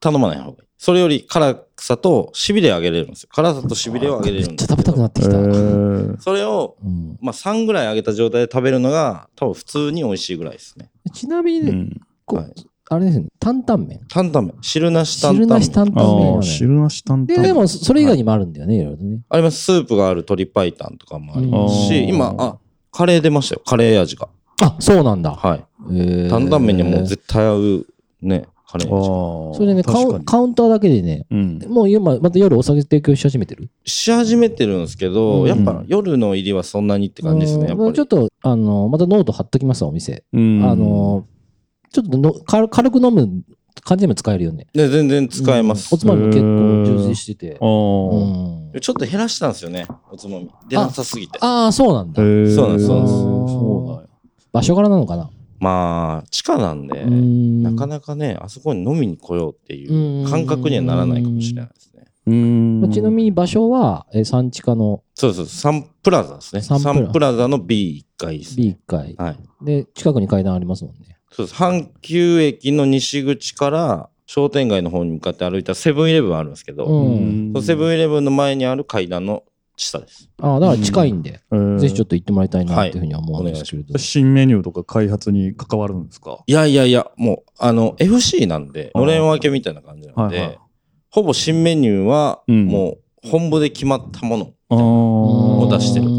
Speaker 3: 頼まない方がいい。それより辛さとしびれを上げれるんですよ。辛さとしびれを上げれ
Speaker 1: め
Speaker 3: るん
Speaker 1: っち
Speaker 3: で
Speaker 1: ゃ食
Speaker 3: すけ
Speaker 1: べたくな
Speaker 3: ど、
Speaker 1: ってきた。
Speaker 2: えー
Speaker 3: それを、
Speaker 1: うん
Speaker 3: まあ、3ぐらい上げた状態で食べるのが、多分普通に美味しいぐらいですね。
Speaker 1: ちなみに
Speaker 2: う
Speaker 1: ね、
Speaker 2: ん
Speaker 1: こ
Speaker 3: はいう
Speaker 1: あれですね、担々麺。
Speaker 3: 担々麺。汁なし担
Speaker 1: 汁
Speaker 3: 々
Speaker 1: なし
Speaker 3: 麺。
Speaker 1: 担
Speaker 2: あ
Speaker 1: 々麺は
Speaker 2: ー
Speaker 1: ね。
Speaker 2: 汁なし担
Speaker 1: で、
Speaker 2: 々
Speaker 1: でも、それ以外にもあるんだよね、いろいろね。
Speaker 3: あります。スープがある鶏白湯とかもあります
Speaker 2: うん
Speaker 3: し、今、あ、カレー出ましたよ。カレー味が。
Speaker 1: あ、そうなんだ。
Speaker 3: はい。
Speaker 1: へー
Speaker 3: 担々麺にはもう絶対合う、ね、カレ
Speaker 2: あ
Speaker 3: ー味。
Speaker 2: ー
Speaker 1: それでね、カ
Speaker 2: 確
Speaker 1: ウ
Speaker 2: か
Speaker 1: ン
Speaker 2: に
Speaker 1: カウンターだけでね、
Speaker 2: うん
Speaker 1: もう今、また夜お酒提供し始めてる
Speaker 3: し始めてるんですけど、
Speaker 1: うん
Speaker 3: やっぱ夜の入りはそんなにって感じですね、や
Speaker 1: う
Speaker 3: っ
Speaker 1: ん
Speaker 3: ぱ
Speaker 1: ま
Speaker 3: り。
Speaker 1: あちょっと、あの、またノート貼っときますわ、お店。
Speaker 2: うん
Speaker 1: あの、ちょっとの軽軽く飲む感じでも使えるよね。
Speaker 3: ね、全然使えます
Speaker 1: うんお。つまみも結構充実してて。
Speaker 2: あー
Speaker 1: うん
Speaker 3: ちょっと減らしたんですよね、おつまみ。出なさすぎて。
Speaker 1: ああ、そうなんだ。
Speaker 2: へー
Speaker 3: そうなんですそうなんです
Speaker 1: そうなんです場所柄なのかな
Speaker 3: まあ地下なんで、なか
Speaker 1: な
Speaker 3: なかねあそこに飲みに来ようっていう
Speaker 1: か
Speaker 3: 感覚にはならないかもしれないですね。
Speaker 1: まあちなみに場所は、えー、産地下の
Speaker 3: そうそうサンプラザですね。
Speaker 1: サ
Speaker 3: サ
Speaker 1: ンプラ
Speaker 3: ンプラザの B1 階ですね。
Speaker 1: B1 階。
Speaker 3: はい。
Speaker 1: で、近くに階段ありますもんね。
Speaker 3: そうです阪急駅の西口から商店街の方に向かって歩いたセブンイレブンあるんですけど、
Speaker 1: うん
Speaker 3: そのセブンイレブンの前にある階段の下です。
Speaker 1: ああ、だから近いんで、
Speaker 2: ン
Speaker 1: ぜひちょっ
Speaker 2: と。
Speaker 1: と行ってもらいたいな
Speaker 3: は
Speaker 1: っ
Speaker 3: い
Speaker 1: ていうふうには思うんですけれど。
Speaker 2: 新メニューとか開発に関わるんですか
Speaker 3: いやいやいや、もう、あの、FC なんで、
Speaker 2: あー
Speaker 3: のれん分けみたいな感じなんで、
Speaker 2: はいはい
Speaker 3: ほぼ新メニューは、
Speaker 2: うん
Speaker 3: もう、本部で決まったもの。
Speaker 2: あ
Speaker 3: を
Speaker 2: ー
Speaker 3: 出してるって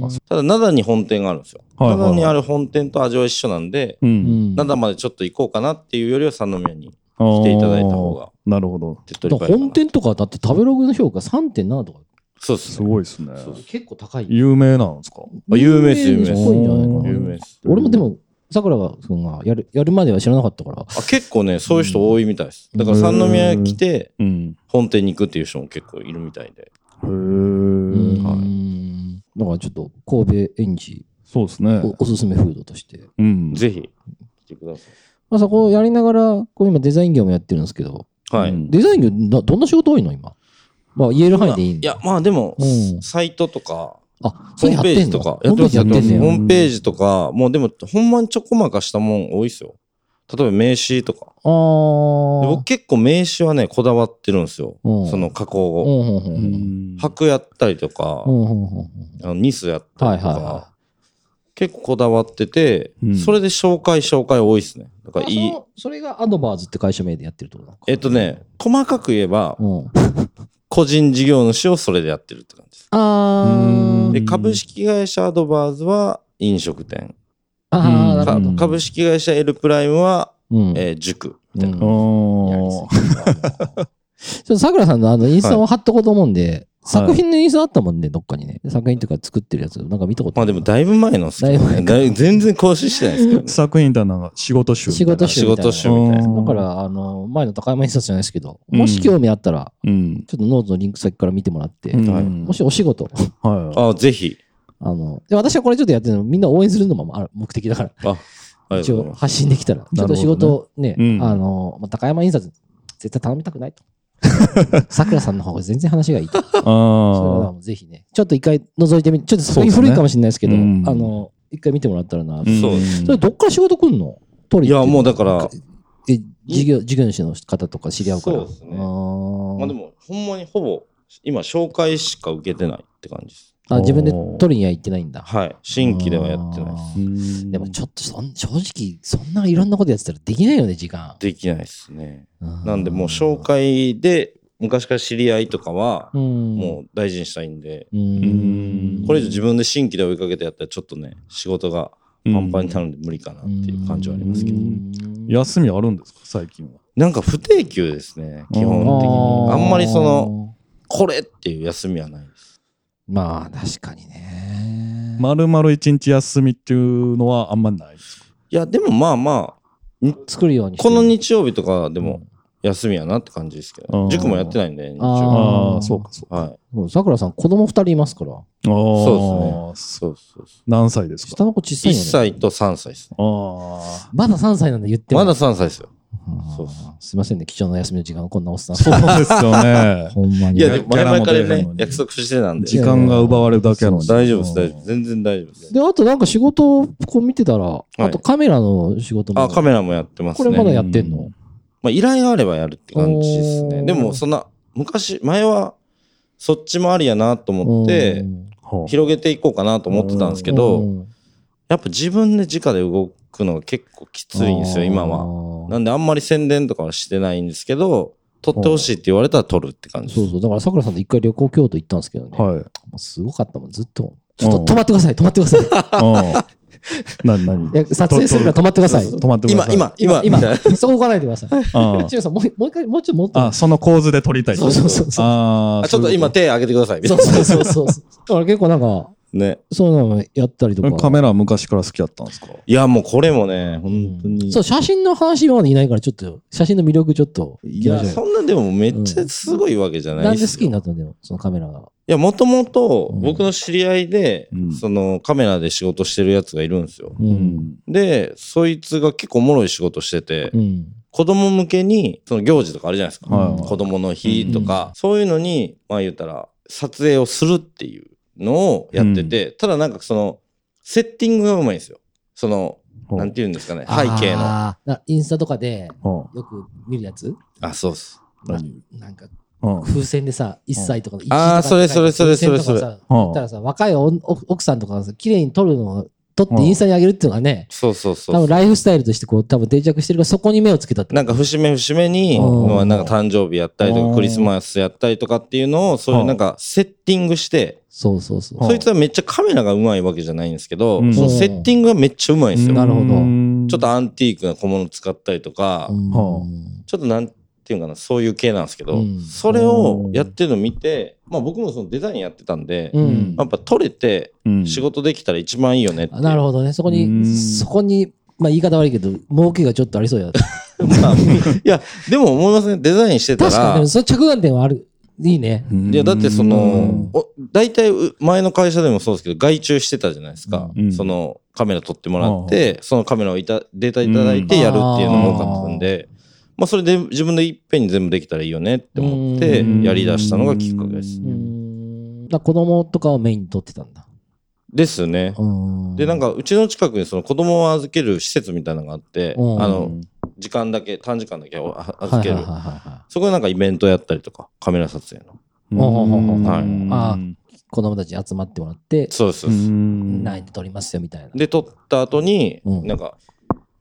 Speaker 1: 感じ
Speaker 3: ただ、灘に本店があるんですよ。
Speaker 2: はいはいはい
Speaker 3: 灘にある本店と味は一緒なんで、
Speaker 2: う。
Speaker 1: うんん。
Speaker 3: 灘までちょっと行こうかなっていうよりは三宮に
Speaker 2: 来
Speaker 3: 来ていただいた方。が
Speaker 2: なるほど。
Speaker 3: 手っ
Speaker 1: だ
Speaker 3: 取り
Speaker 1: から
Speaker 3: 早いかな
Speaker 1: 本。店とかだって食べログの評価3.7とか、
Speaker 3: そうです
Speaker 2: す
Speaker 3: ね。
Speaker 2: ごいですね。
Speaker 3: そうそう
Speaker 1: 結構高い。
Speaker 2: 有名なんですか
Speaker 3: あ有名です有名です
Speaker 1: 高いんじゃないか
Speaker 2: うん
Speaker 1: な
Speaker 3: 有名です。
Speaker 1: 俺もでも、さくらくんがやるやるまでは知らなかったから、
Speaker 3: あ結構ね、そういう人多いみたいです。だから三宮来て、
Speaker 2: うん。
Speaker 3: 本店に行くっていう人も結構いるみたいで。
Speaker 2: へ
Speaker 1: う
Speaker 2: え。
Speaker 1: ー
Speaker 2: はい
Speaker 1: んだからちょっと神戸エンジ
Speaker 2: そうですね。
Speaker 1: おおすすめフードとして、
Speaker 2: うん。
Speaker 3: ぜひ、来てくださ
Speaker 1: まあ、そこをやりながらこう今デザイン業もやってるんですけど
Speaker 3: い。はい。
Speaker 2: うん
Speaker 1: デザイン業などんな仕事多いの今、まあ、言える範囲でいいん
Speaker 3: いや、まあでも、
Speaker 1: うん
Speaker 3: サイトとか、
Speaker 1: あそ
Speaker 3: ホ
Speaker 1: れや
Speaker 3: ーム
Speaker 1: っ
Speaker 3: ペー
Speaker 1: てん
Speaker 3: ジ
Speaker 1: の
Speaker 3: とか、
Speaker 1: ホームページやってんね
Speaker 2: や
Speaker 1: や
Speaker 3: ホームページとか、もうでも、ほんまにちょこまかしたもん多いですよ。例えば名刺とか。
Speaker 1: あ
Speaker 3: で
Speaker 1: ー
Speaker 3: 僕結構名刺はね、こだわってるんですよ。
Speaker 1: うん
Speaker 3: その加工
Speaker 1: う
Speaker 3: を。
Speaker 1: んうんう
Speaker 2: うんん
Speaker 3: 箔やったりとか
Speaker 1: う、んうんうん
Speaker 3: あのニスやったりと
Speaker 1: はいはいは
Speaker 3: か、結構こだわってて
Speaker 2: うん、
Speaker 3: それで紹介、紹介多いですね。だからい
Speaker 1: あ
Speaker 3: い
Speaker 1: そ。のそれがアドバーズって会社名でやってるってことなのか
Speaker 3: えっとね、細かく言えば、
Speaker 1: うん、
Speaker 3: 個人事業主をそれでやってるって感じです。
Speaker 1: あ
Speaker 2: う
Speaker 1: ー
Speaker 3: で、
Speaker 2: ん
Speaker 3: 株式会社アドバーズは飲食店。
Speaker 1: あーな
Speaker 3: か
Speaker 1: るほど
Speaker 3: 株式会社エルプライムは、
Speaker 1: うん
Speaker 3: えー塾みたいな。
Speaker 1: うん
Speaker 2: あ ー
Speaker 1: ちょっとさくらさんのあのインスタ
Speaker 3: は
Speaker 1: を貼っとこうと思うんで、作品のインスタあったもんね、どっかにね。作品とか作ってるやつ、なんか見たこと
Speaker 3: まあでもだいぶ前のっすけど、
Speaker 1: だいぶ
Speaker 3: ね、だい全然更新してないですけど、ね、
Speaker 2: 作品だな、仕事集みたい
Speaker 1: 仕事
Speaker 2: な。
Speaker 1: 集
Speaker 3: 仕事集みたいな。
Speaker 2: うん
Speaker 1: だから、あの、前の高山印刷じゃないですけど、
Speaker 2: うん
Speaker 1: もし興味あったら、
Speaker 2: うん。
Speaker 1: ちょっとノートのリンク先から見てもらって、
Speaker 2: うん
Speaker 1: はいもしお仕事、
Speaker 2: は
Speaker 3: あぜひ。
Speaker 1: あの、で私はこれちょっとやってるの、みんな応援するのもある目的だから、
Speaker 3: あ、ありが
Speaker 1: 一
Speaker 3: とうござい
Speaker 1: 応
Speaker 3: ます。
Speaker 1: 発信できたら、ちょっと仕事をね、
Speaker 2: うん
Speaker 1: あの、まあ高山印刷、絶対頼みたくない と。さくらさんの方が全然話がいいと。
Speaker 2: い。
Speaker 1: それは
Speaker 2: あ
Speaker 1: もうぜひね、ちょっと一回覗いてみちょっと作品古いかもしれないですけど、
Speaker 2: そうですねうん
Speaker 1: あの、一回見てもらったらな。
Speaker 2: あ。
Speaker 3: そうです
Speaker 1: それどっから仕事来んの取
Speaker 3: い
Speaker 1: り
Speaker 3: や、もうだから、
Speaker 1: え、事業、事業主の方とか知り合うから。
Speaker 3: そうですね
Speaker 1: あー
Speaker 3: まあでも、ほんまにほぼ、今、紹介しか受けてないって感じです。
Speaker 1: あ自分で取りには行ってないんだ。
Speaker 3: はい。新規ではやってないです。
Speaker 1: あ
Speaker 2: う
Speaker 1: ー
Speaker 2: ん
Speaker 1: でもちょっとそん、正直、そんないろんなことやってたらできないよね、時間。
Speaker 3: できないですね。な
Speaker 1: なん
Speaker 3: で、もう紹。介で、昔から知り合いとかは、
Speaker 1: うん。
Speaker 3: もう大事にしたいんで、
Speaker 1: うーん。
Speaker 3: これ以上自分で新規で追いかけてやったら、ちょっとね、仕事がパンパンになるんで無理かなっていう感じはありますけど。
Speaker 1: うん
Speaker 2: 休みあるんですか、最近は。
Speaker 3: なんか不定休ですね、基
Speaker 1: あ
Speaker 3: 本的に。
Speaker 1: ー
Speaker 3: あんまりその、これっていう休みはないです。
Speaker 1: まあ、確かにね。
Speaker 2: まるまる一日休みっていうのはあんまないですか。
Speaker 3: いや、でもまあまあ、
Speaker 1: 作るようにして
Speaker 3: こ
Speaker 1: る
Speaker 3: の日曜日とかでも休みやなって感じですけ
Speaker 2: う
Speaker 3: ど、
Speaker 2: ん
Speaker 3: 塾もやってないんで、日
Speaker 1: あ
Speaker 3: 曜
Speaker 1: ー
Speaker 2: ああ、そうか、そう
Speaker 3: 日。
Speaker 2: か。
Speaker 3: はい。
Speaker 1: うんさくらさん、子供二人いますから。
Speaker 2: ああ、
Speaker 3: そう
Speaker 2: です
Speaker 3: そうそうそ
Speaker 2: 何歳ですか。
Speaker 1: 下の子小
Speaker 3: う。
Speaker 1: さい
Speaker 3: 1
Speaker 1: よね。
Speaker 3: 歳と3歳ですね。
Speaker 2: あ
Speaker 1: まだ3歳なんで言っても
Speaker 3: まだ3歳ですよ。
Speaker 1: うん
Speaker 3: そうそう
Speaker 1: すいませんね、貴重な休みの時間をこんなおっさん。
Speaker 2: あ、そうですよね。
Speaker 1: ほんまに。
Speaker 3: いや、でも前々か
Speaker 2: ギャ
Speaker 3: ら
Speaker 2: ラも出へん
Speaker 3: ね
Speaker 2: の、に
Speaker 3: 約束してたんで。
Speaker 2: 時間が奪われるだけなのに。
Speaker 3: 大丈夫です、大丈夫です。全然大丈夫です。
Speaker 1: で、あとなんか仕事をこう見てたら、
Speaker 3: い
Speaker 1: あとカメラの仕事も。
Speaker 3: あ、カメラもやってます
Speaker 1: こ
Speaker 3: ね。
Speaker 1: れまだやってん
Speaker 2: う
Speaker 1: の
Speaker 2: ん
Speaker 3: まあ、依頼があればやるって感じです
Speaker 1: お
Speaker 3: ね。
Speaker 1: ー
Speaker 3: でも、そんな、昔、前は、そっちもありやなと思って
Speaker 1: う、ん
Speaker 2: 夫
Speaker 3: 広げていこうかなと思ってたんですけ
Speaker 1: う
Speaker 3: ど、
Speaker 1: ん
Speaker 3: やっぱ自分で直で動くのが結構きついんですよ、今は。
Speaker 1: あー
Speaker 3: なんであんまり宣伝とかはしてないんですけど、撮ってほしいって言われたら撮るって感じ
Speaker 1: そ
Speaker 3: で
Speaker 1: う
Speaker 3: す。
Speaker 1: そう。だからさくらさんと一回旅行京都行ったんですけどね。
Speaker 2: はい。
Speaker 1: もうすごかったもん、ずっと。ちょっと止まってください、止まってくだ さい。
Speaker 2: あ あ。な、なに
Speaker 1: い。や撮影するから止まってください。
Speaker 2: 止まってくだ
Speaker 3: 今
Speaker 2: さ、い。
Speaker 3: 今、今、
Speaker 1: 今
Speaker 3: みたいな、
Speaker 1: そう動かないでください。
Speaker 2: あ
Speaker 1: しゅんさん、もうもう一回、もうちょっともっと。
Speaker 2: あ。あ、その構図で撮りたい。
Speaker 1: そうそうそうそう。
Speaker 2: ああ。
Speaker 3: あちょっと今手挙げてください、みた
Speaker 1: そ
Speaker 3: いう
Speaker 1: そうそうそうそう。だから結構なんか、
Speaker 3: ね。
Speaker 1: そういうのもやったりとか。
Speaker 2: カメラは昔から好きだったんですか
Speaker 3: いや、もうこれもね、本当
Speaker 1: うん
Speaker 3: に。
Speaker 1: そう、写真の話今までいないから、ちょっと、写真の魅力ちょっと聞
Speaker 3: い
Speaker 1: きましょ
Speaker 3: や、
Speaker 1: うよ、
Speaker 3: そんなでもめっちゃすごいわけじゃない
Speaker 1: なん
Speaker 3: っ
Speaker 1: です好き
Speaker 3: よ
Speaker 1: になったんだよ、そのカメラが。
Speaker 3: いや、もともと
Speaker 1: うん
Speaker 3: 僕の知り合いで、
Speaker 2: うん
Speaker 3: そのカメラで仕事してるやつがいるんですよ。
Speaker 1: う。。
Speaker 2: うん
Speaker 3: で、そいつが結構おもろい仕事してて、
Speaker 1: うん。
Speaker 3: 子供向けに、その行事とかあるじゃないですか。
Speaker 2: はいはい
Speaker 3: 子供の日とか、そういうのに、まあ言ったら、撮影をするっていうのをやってて、ただなんかその、セッティングがうまいんですよ。その、
Speaker 2: ほう
Speaker 3: なんて言うんですかね、背景の。あ
Speaker 1: あー。なインスタとかで
Speaker 2: ほ
Speaker 1: よく見るやつ
Speaker 3: そうっす。
Speaker 2: う何
Speaker 1: なんか
Speaker 2: うん
Speaker 1: 風船でさ、1歳とかの1
Speaker 3: あーそれそれそれそれそれ
Speaker 1: だ
Speaker 2: うん
Speaker 1: ったらさ、若いおん奥奥さんとかがさ綺麗に撮るのを、撮ってインスタに上げるっていうのがね、
Speaker 3: そうそうそう
Speaker 1: 多分ライフスタイルとしてこう、多分定着してるから、そこに目をつけたって。
Speaker 3: なんか節目節目に、
Speaker 1: うん
Speaker 3: まあなんか誕生日やったりと
Speaker 2: う
Speaker 3: か
Speaker 2: ん
Speaker 3: クリスマスやったりとかっていうのをそういうなんかセッティングして、
Speaker 1: そうそうそうう。
Speaker 2: ん
Speaker 3: そいつはめっちゃカメラがうまいわけじゃないんですけど、
Speaker 2: うん
Speaker 3: そのセッティングがめっちゃうまいんですよ。
Speaker 1: なるほど
Speaker 2: うん
Speaker 3: ちょっとアンティークな小物使ったりとか、
Speaker 1: うん
Speaker 2: は
Speaker 3: ちょっとなんていうのかな、そういう系なんですけど、
Speaker 1: うん
Speaker 3: それをやってるの見て、まあ僕もそのデザインやってたんで、
Speaker 1: うん
Speaker 3: やっぱ撮れて
Speaker 2: うん
Speaker 3: 仕事できたら一番いいよねってい
Speaker 1: あ
Speaker 3: う。
Speaker 1: なるほどね。そこ
Speaker 2: う
Speaker 1: に、
Speaker 2: ん
Speaker 1: そこに、まあ言い方悪いけど、儲けがちょっとありそうや。
Speaker 3: まあいや、でも思いますね。デザインしてた
Speaker 1: 確からに、でも、、その着眼点はある。いいね。
Speaker 3: いや、だってその
Speaker 1: ん、
Speaker 3: お大体う前の会社でもそうですけど、外注してたじゃないですか。
Speaker 2: うん
Speaker 3: そのカメラ撮ってもらって、そのカメラをいたデータいただいてやるっていうのも多かったんで、まあそれで自分でいっぺんに全部できたらいいよねって思って
Speaker 1: うん
Speaker 3: やり出したのがきっかけです。
Speaker 2: う
Speaker 1: うんん。だから子供とかをメインに撮ってたんだ。
Speaker 3: ですね。
Speaker 1: うん。
Speaker 3: で、なんか、うちの近くにその子供を預ける施設みたいなのがあって、
Speaker 1: うん
Speaker 3: あの、時間だけ、短時間だけおあ預
Speaker 1: はい
Speaker 3: け
Speaker 1: はい
Speaker 3: る
Speaker 1: はい。は
Speaker 3: そこでなんかイベントやったりとか、カメラ撮影の。
Speaker 2: う
Speaker 1: ほうほうほうほうん
Speaker 3: はい
Speaker 1: あい。子供たちに集まってもらって、
Speaker 3: そうですそう
Speaker 2: う
Speaker 3: です。
Speaker 2: ん
Speaker 1: ないで撮りますよ、みたいな。
Speaker 3: で、撮った後に、
Speaker 1: うん
Speaker 3: なんか、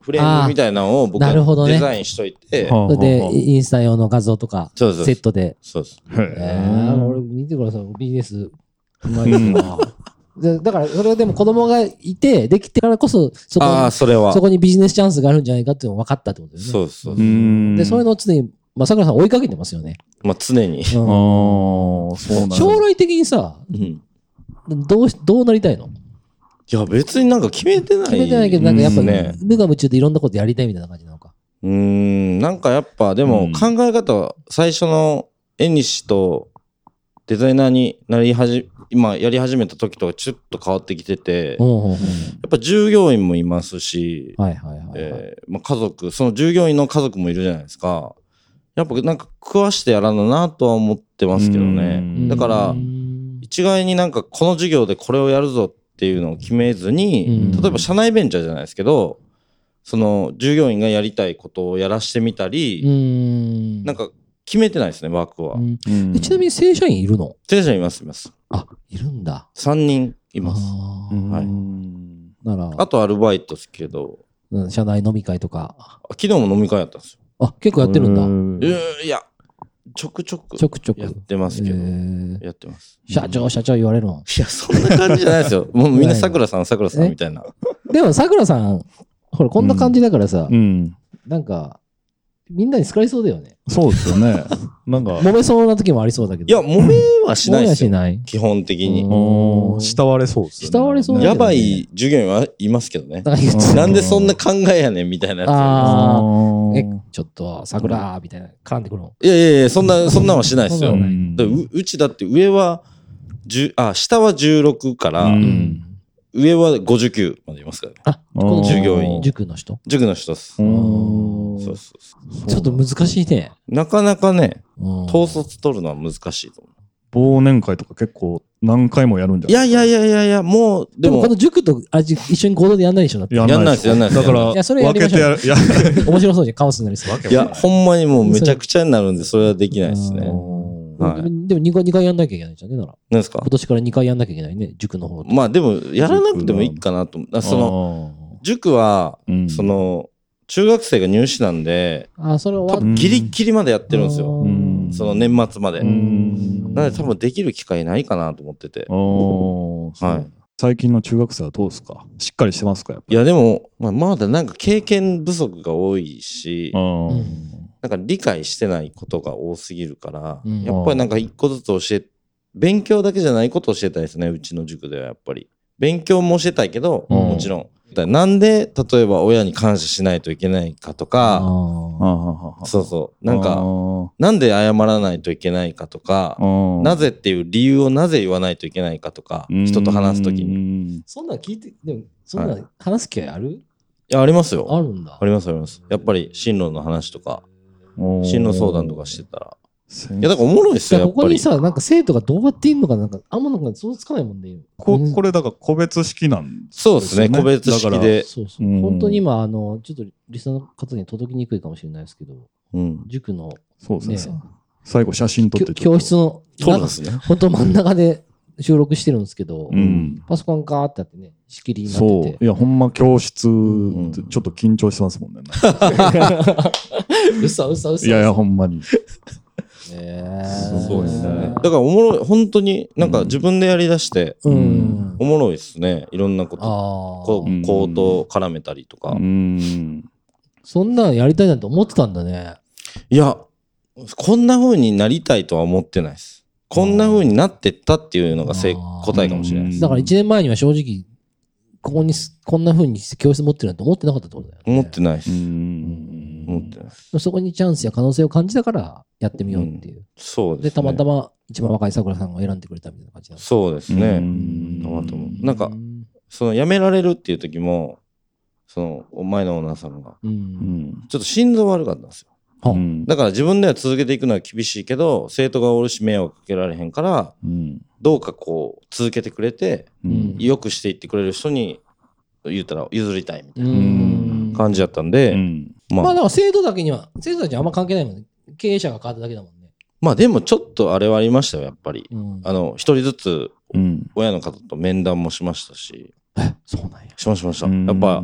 Speaker 3: フレームみたいなのを僕
Speaker 1: あーなるほど
Speaker 3: は
Speaker 1: ね
Speaker 3: デザインしといて、
Speaker 2: はあはあ
Speaker 1: それで、インスタ用の画像とか、
Speaker 3: そうそう
Speaker 1: セ
Speaker 3: そう
Speaker 1: ットで。
Speaker 3: そうです。
Speaker 2: へ
Speaker 1: え
Speaker 2: え
Speaker 1: ー、俺見てください、ビジネス。うまいですな。でだから、それはでも子供がいて、できてからこそ、そこに
Speaker 3: ああ、それは。
Speaker 1: そこにビジネスチャンスがあるんじゃないかっていうのが分かったってことですね。
Speaker 3: そうそう
Speaker 2: う。ん
Speaker 1: で、そういうのを常に、まあ、桜さん追いかけてますよね。
Speaker 3: まあ、常に。
Speaker 1: う
Speaker 2: あ
Speaker 1: ん
Speaker 2: ーそうなんだ
Speaker 1: 将来的にさ、
Speaker 3: うん。
Speaker 1: どうし、どうなりたいの
Speaker 3: いや、別になんか決めてない。
Speaker 1: 決めてないけど、なんかやっぱ、
Speaker 3: うん
Speaker 1: ね
Speaker 3: ね、
Speaker 1: 無我夢中でいろんなことやりたいみたいな感じなのか。
Speaker 3: うーん、なんかやっぱ、で
Speaker 2: う
Speaker 3: も
Speaker 2: ん
Speaker 3: 考え方は、最初の絵西とデザイナーになりはじ、今やり始めた時とはちょっと変わってきてて、
Speaker 1: う
Speaker 3: や
Speaker 1: んうんうん
Speaker 3: っぱ従業員もいますし、
Speaker 1: はいはいはいはい。
Speaker 3: えーまあ、家族その従業員の家族もいるじゃないですかやっぱなんか食わしてやらななとは思ってますけど
Speaker 2: う
Speaker 3: ね
Speaker 2: ん
Speaker 3: だから
Speaker 1: うん
Speaker 3: 一概になんかこの授業でこれをやるぞっていうのを決めずに
Speaker 1: うん
Speaker 3: 例えば社内ベンチャーじゃないですけどその従業員がやりたいことをやらしてみた
Speaker 1: う
Speaker 3: り
Speaker 1: ん。
Speaker 3: なんか決めてないですねワークは
Speaker 1: うん、
Speaker 2: うん
Speaker 1: えちなみに正社員いるの
Speaker 3: テンションいますいます
Speaker 1: あ、いるんだ。
Speaker 3: 3人います
Speaker 1: あ
Speaker 2: う
Speaker 1: ー
Speaker 2: ん
Speaker 3: はい
Speaker 1: なら、
Speaker 3: あとアルバイトですけど
Speaker 1: うん社内飲み会とか。
Speaker 3: 昨日も飲み会やったんですよ
Speaker 1: あ、結構やってるんだ。
Speaker 3: う
Speaker 2: だ
Speaker 3: ーいやちょくちょく
Speaker 1: ちょくちょく。
Speaker 3: やってますけど
Speaker 1: えー
Speaker 3: やってます
Speaker 1: 社長、社長言われるの。
Speaker 3: いや、そんな感じじゃないですよ。 もうみんな桜さん、桜さんみたいな。
Speaker 1: でも、さくらさん、ほら、こんな感じだからさ、
Speaker 2: うん
Speaker 1: なんか、みんなに好かれそうだよね。
Speaker 2: そうですよねなんか
Speaker 1: 揉めそうな時もありそうだけど。
Speaker 3: いや、、揉めはし
Speaker 1: も
Speaker 3: ない
Speaker 1: や
Speaker 3: です
Speaker 1: し
Speaker 3: よ。
Speaker 1: ない。
Speaker 3: 基本的に。
Speaker 2: おー慕われそうですよね
Speaker 1: 慕われそうだよね
Speaker 3: やばい従業員はいますけど
Speaker 1: な
Speaker 3: ね。
Speaker 1: んか言っ
Speaker 2: う
Speaker 1: て
Speaker 3: なんでそんな考えやねんみたいなやつは
Speaker 1: あ
Speaker 2: ー
Speaker 1: えちょっと、さくらみたいな、絡んでくるの。
Speaker 3: います。いやいやいや、そんな、そんなんはしないです
Speaker 1: そ
Speaker 3: よ
Speaker 1: う。
Speaker 2: う
Speaker 1: だね
Speaker 2: ん
Speaker 3: だからううちだって上は、10あ、下は16から、
Speaker 2: うん
Speaker 3: 上は59までいますからね。
Speaker 1: あ、この
Speaker 3: 従業員
Speaker 1: 塾の人。
Speaker 3: 塾の人っす。
Speaker 2: う
Speaker 3: そうんそうそう。
Speaker 1: ちょっと難しいね。
Speaker 3: なかなかね、
Speaker 1: うん
Speaker 3: 統率取るのは難しいと思う。
Speaker 2: 忘年会とか結構何回もやるんじゃない
Speaker 3: いやいやいやいやいや、もう、
Speaker 1: で
Speaker 3: で
Speaker 1: も、
Speaker 3: も
Speaker 1: この、塾とあじ一緒に行動でやんないでしょ、だって。
Speaker 2: や
Speaker 3: やんないですやんないです
Speaker 2: だから、
Speaker 1: いやそれやり
Speaker 2: 分
Speaker 1: ま
Speaker 2: け
Speaker 1: しょ
Speaker 2: て
Speaker 1: う
Speaker 2: やる。いや、
Speaker 1: 面白そうじゃん、カオスになりそう。
Speaker 3: いや、ほんまにもうめちゃくちゃになるんで、それはできないです
Speaker 1: う
Speaker 3: ね。
Speaker 1: ん
Speaker 3: はい
Speaker 1: でも2回、二回やんなきゃいけないじゃんね、なら。
Speaker 3: なんですか
Speaker 1: 今年から2回やんなきゃいけないね、塾の方と。
Speaker 3: まあでも、やらなくてもいいかなと思う。あ その、
Speaker 2: の、
Speaker 3: 塾は、
Speaker 2: うん
Speaker 3: そ、の、中学生が入試なんで、
Speaker 1: あ、それ終わ
Speaker 3: 多
Speaker 1: っ
Speaker 3: 分ギリギリまでやってるんですよ。
Speaker 2: うん
Speaker 3: その年末まで。
Speaker 2: うん
Speaker 3: なので多分できる機会ないかなと思ってて。
Speaker 2: おー
Speaker 3: はい。
Speaker 2: 最近の中学生はどうですかしっかりしてますかやっぱ
Speaker 3: いやでも、まあ、まだなんか経験不足が多いし
Speaker 2: り。う、ん
Speaker 1: うん
Speaker 3: なんか理解してないことが多すぎるから、
Speaker 1: うん
Speaker 3: やっぱりなんか一個ずつ教え勉強だけじゃないことをしてたいですねうちの塾ではやっぱり勉強もしてたいけど、
Speaker 2: うん
Speaker 3: もちろんだなんで例えば親に感謝しないといけないかとか
Speaker 1: あ
Speaker 2: あ
Speaker 3: そうそうなんか
Speaker 2: か、
Speaker 3: なんで謝らないといけないかとかな
Speaker 2: ぜ
Speaker 3: ぜっていう理由をなぜ言わないといけないかとか人と話すときにい
Speaker 2: に。
Speaker 1: そんなん聞いて、でも、そんなん話す機会ある
Speaker 3: やありますよ
Speaker 1: あるんだ
Speaker 3: あ。りますありますやっぱり進路の話とか進路相談とかしてたら
Speaker 2: て
Speaker 3: いやだからおもろいですよや
Speaker 1: こ
Speaker 3: っぱ
Speaker 1: こ
Speaker 3: り
Speaker 1: にさ、なんか生徒がどうやっていんのかなんか、あんまなんか想像つかないもんね。
Speaker 2: こ
Speaker 1: うん
Speaker 2: これだから個別式なん
Speaker 3: そうですね
Speaker 2: そうですね
Speaker 3: 個別式で、
Speaker 1: そうそう
Speaker 2: うん
Speaker 1: 本当に今、あの、ちょっとリスナーの方に届きにくいかもしれないですけど、
Speaker 3: うん、
Speaker 1: 塾の、
Speaker 2: そう
Speaker 1: ね
Speaker 2: ですね。最後写真撮っ
Speaker 1: き
Speaker 2: て
Speaker 1: ょ
Speaker 2: ちょ
Speaker 1: 教
Speaker 2: っと
Speaker 1: 室の、
Speaker 3: そうなんですね
Speaker 1: 本当真ん中で収録してるんですけど、
Speaker 2: うん
Speaker 1: パソコンガーってあってね、仕切りにな
Speaker 2: そ
Speaker 1: って
Speaker 2: ういやほんま教室ちょ
Speaker 3: ん
Speaker 2: っと緊張してますもんね
Speaker 1: て。うさうさうさ。
Speaker 2: いやいやほんまに
Speaker 1: え
Speaker 2: すごいですね
Speaker 3: だからおもろい本当になんか自分でやりだして
Speaker 1: うん。
Speaker 3: おもろいですねいろんなこと
Speaker 1: あ
Speaker 3: こ
Speaker 2: うん
Speaker 3: う行動を絡めたりとか、
Speaker 2: うん
Speaker 1: あ。そんなんやりたいなと思ってたんだね。
Speaker 3: いやこんな風になりたいとは思ってないですこんな風になってったっていうのが正
Speaker 1: あー
Speaker 3: 答えかもしれないです
Speaker 1: だから1年前には正直、ここにす、こんな風にして教室持ってるなんて思ってなかったってことだよね。
Speaker 3: 思ってないです、
Speaker 2: うん
Speaker 3: 思ってないです
Speaker 1: そこにチャンスや可能性を感じたからやってみようっていう。
Speaker 3: そうです、ね、
Speaker 1: で、たまたま一番若い桜さんが選んでくれたみたいな感じなんです
Speaker 3: そうですね、
Speaker 2: うん
Speaker 3: たまたまなんかその辞められるっていう時もそのお前のオーナーさんが
Speaker 1: う。
Speaker 2: うんん
Speaker 3: ちょっと心臓悪かったんですよ
Speaker 1: は
Speaker 2: うん
Speaker 3: だから自分では続けていくのは厳しいけど生徒がおるし迷惑かけられへんから
Speaker 2: うん
Speaker 3: どうかこう続けてくれて
Speaker 2: うん
Speaker 3: 良くしていってくれる人に言うたら譲りたいみたい
Speaker 1: うん
Speaker 3: な。感じだったんで、
Speaker 2: うん
Speaker 1: ま
Speaker 3: ま
Speaker 1: あ、
Speaker 3: あ
Speaker 1: だから生徒だけには、生徒たちにあんま関係ないもんね。経営者が変わっただけだもんね。
Speaker 3: まあでもちょっとあれはありましたよやっぱり
Speaker 1: うん
Speaker 3: あの一人ずつ
Speaker 2: うん
Speaker 3: 親の方と面談もしましたし
Speaker 1: そうなんや。
Speaker 3: しましたしました
Speaker 2: うん
Speaker 3: やっぱ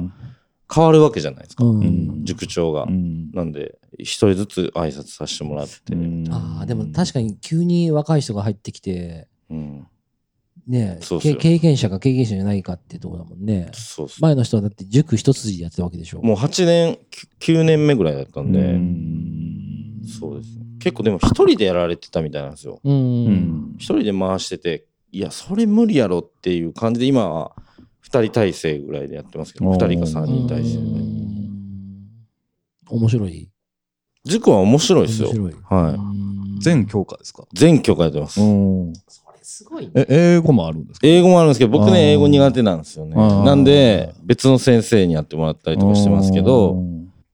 Speaker 3: 変わるわけじゃないですか
Speaker 1: うん。
Speaker 3: 塾長が
Speaker 2: うん
Speaker 3: なんで一人ずつ挨拶させてもらって
Speaker 2: うん
Speaker 1: ああ、でも確かに急に若い人が入ってきて、
Speaker 3: うん
Speaker 1: ねえ
Speaker 3: そうっす
Speaker 1: け
Speaker 3: よ
Speaker 1: 経験者か経験者じゃないかってとこだもんね。
Speaker 3: そうっす
Speaker 1: 前の人はだって塾一筋でやってたわけでしょ。
Speaker 3: もう8年9年目ぐらいだったんで、
Speaker 2: うん
Speaker 3: そうですね結構でも一人でやられてたみたいなんですよ
Speaker 1: う。
Speaker 2: うんん
Speaker 3: 一人で回してていやそれ無理やろっていう感じで今は2人体制ぐらいでやってますけど
Speaker 2: お
Speaker 3: 2
Speaker 2: ー
Speaker 3: 人か3人体制
Speaker 1: う
Speaker 3: で
Speaker 1: ん面白い。
Speaker 3: 塾は面白い
Speaker 1: 面
Speaker 3: ですよ
Speaker 1: 白い。
Speaker 3: はい
Speaker 2: 全教科ですか
Speaker 3: 全教科やってます
Speaker 2: うん
Speaker 1: それすごいね。
Speaker 2: え英語もあるんですか
Speaker 3: 英語もあるんですけど僕
Speaker 2: あー
Speaker 3: ね英語苦手なんですよね
Speaker 2: あー
Speaker 3: なんで別の先生にやってもらったりとかしてますけど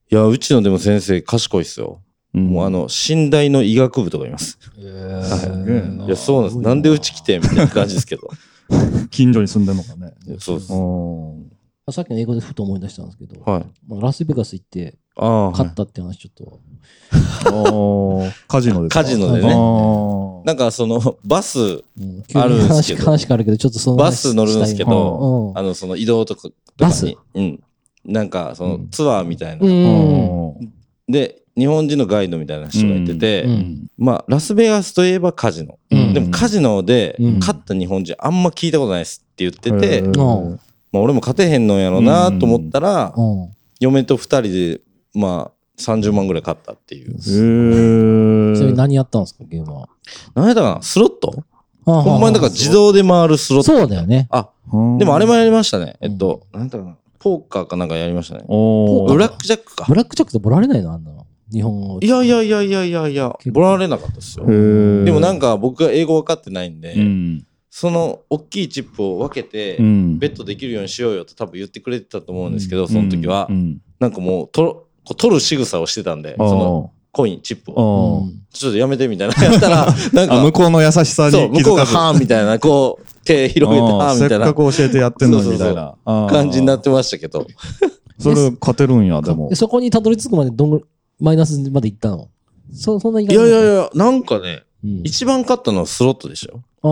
Speaker 3: いやうちのでも先生賢いっすよもうあの寝台の医学部とかいますいやそうなんですなんでうち来てんみたいな感じですけど
Speaker 2: 近所に住んでるのかね
Speaker 3: いやそうです
Speaker 2: うん
Speaker 1: さっきの英語でふと思い出したんですけど、
Speaker 3: はい
Speaker 1: まあラスベガス行って
Speaker 3: ああはい
Speaker 1: 勝ったって話ちょっと。
Speaker 2: ああ、カジノですか
Speaker 3: カジノ
Speaker 1: でね
Speaker 2: あー
Speaker 3: なんかそのバス、
Speaker 1: うん
Speaker 3: あるんです
Speaker 1: 話
Speaker 3: け ど
Speaker 1: 話があるけど、ちょっとその話
Speaker 3: バス乗るんですけど
Speaker 1: し、た
Speaker 3: あ
Speaker 1: い
Speaker 3: のその移動とかとかに
Speaker 1: バス
Speaker 3: うん。なんかそうの
Speaker 2: ん
Speaker 3: ツアーみたいな。
Speaker 1: なうん。
Speaker 3: で、日本人のガイドみたいな人がいてて、
Speaker 1: うんうん
Speaker 3: まあラスベガスといえばカジノ。
Speaker 1: うん
Speaker 3: でもカジノで
Speaker 1: うん
Speaker 3: 勝った日本人あんま聞いたことないですって言ってて、
Speaker 2: うん
Speaker 1: うん
Speaker 3: まあ俺も勝てへんのやろうなと思ったら、
Speaker 1: うん。
Speaker 3: 嫁と二人で、まあ30万ぐらい勝ったっていう。
Speaker 2: へー
Speaker 1: それ何やったんですか、ゲームは。
Speaker 3: 何やったかなスロットほ
Speaker 1: ほ
Speaker 3: んまにだから自動で回るスロット。
Speaker 1: そうだよね。
Speaker 3: あ、
Speaker 2: うん
Speaker 3: でもあれもやりましたね。えっと、何やったかなポーカーかなんかやりましたね。
Speaker 2: おー
Speaker 3: ブラックジャックか
Speaker 1: ブ。ラックジャックとボられないのあんなの。日本語。
Speaker 3: いやいやいやいやいやいや、
Speaker 1: 結構
Speaker 3: ボラれなかったですよ
Speaker 2: へ。ー
Speaker 3: でもなんか僕が英語分かってないんで、
Speaker 2: うん
Speaker 3: その大きいチップを分けて、
Speaker 2: うん
Speaker 3: ベッドできるようにしようよと多分言ってくれてたと思うんですけど、その時は、
Speaker 2: うん
Speaker 3: なんかもうとろこう取る仕草をしてたんで、そ
Speaker 2: あー
Speaker 3: のコイン、チップ
Speaker 2: あ
Speaker 3: を、
Speaker 1: う
Speaker 2: ー
Speaker 1: ん
Speaker 3: ちょっとやめてみたいなやった ら、なん
Speaker 2: あ向
Speaker 3: か、
Speaker 2: こうの優しさに
Speaker 3: そう、
Speaker 2: 気
Speaker 3: 向こうが
Speaker 2: づかず
Speaker 3: はーみたいな、こう、手広げて
Speaker 2: あ
Speaker 3: は
Speaker 2: ー
Speaker 3: ーみたい
Speaker 2: せっか
Speaker 3: な
Speaker 2: く教えてやってんのに
Speaker 3: そう
Speaker 2: み
Speaker 3: そうそ
Speaker 2: た
Speaker 3: う
Speaker 2: いなあー
Speaker 3: 感じになってましたけど、
Speaker 2: それ勝てるんやでも
Speaker 1: でそこにたどり着くまでどんぐらい、マイナスまで行ったのそそんな意
Speaker 3: い
Speaker 1: 外
Speaker 3: やいやい
Speaker 1: や、
Speaker 3: や、なんかね、
Speaker 1: うん
Speaker 3: 一番勝ったのはスロットでしたよ。
Speaker 1: あ
Speaker 2: あ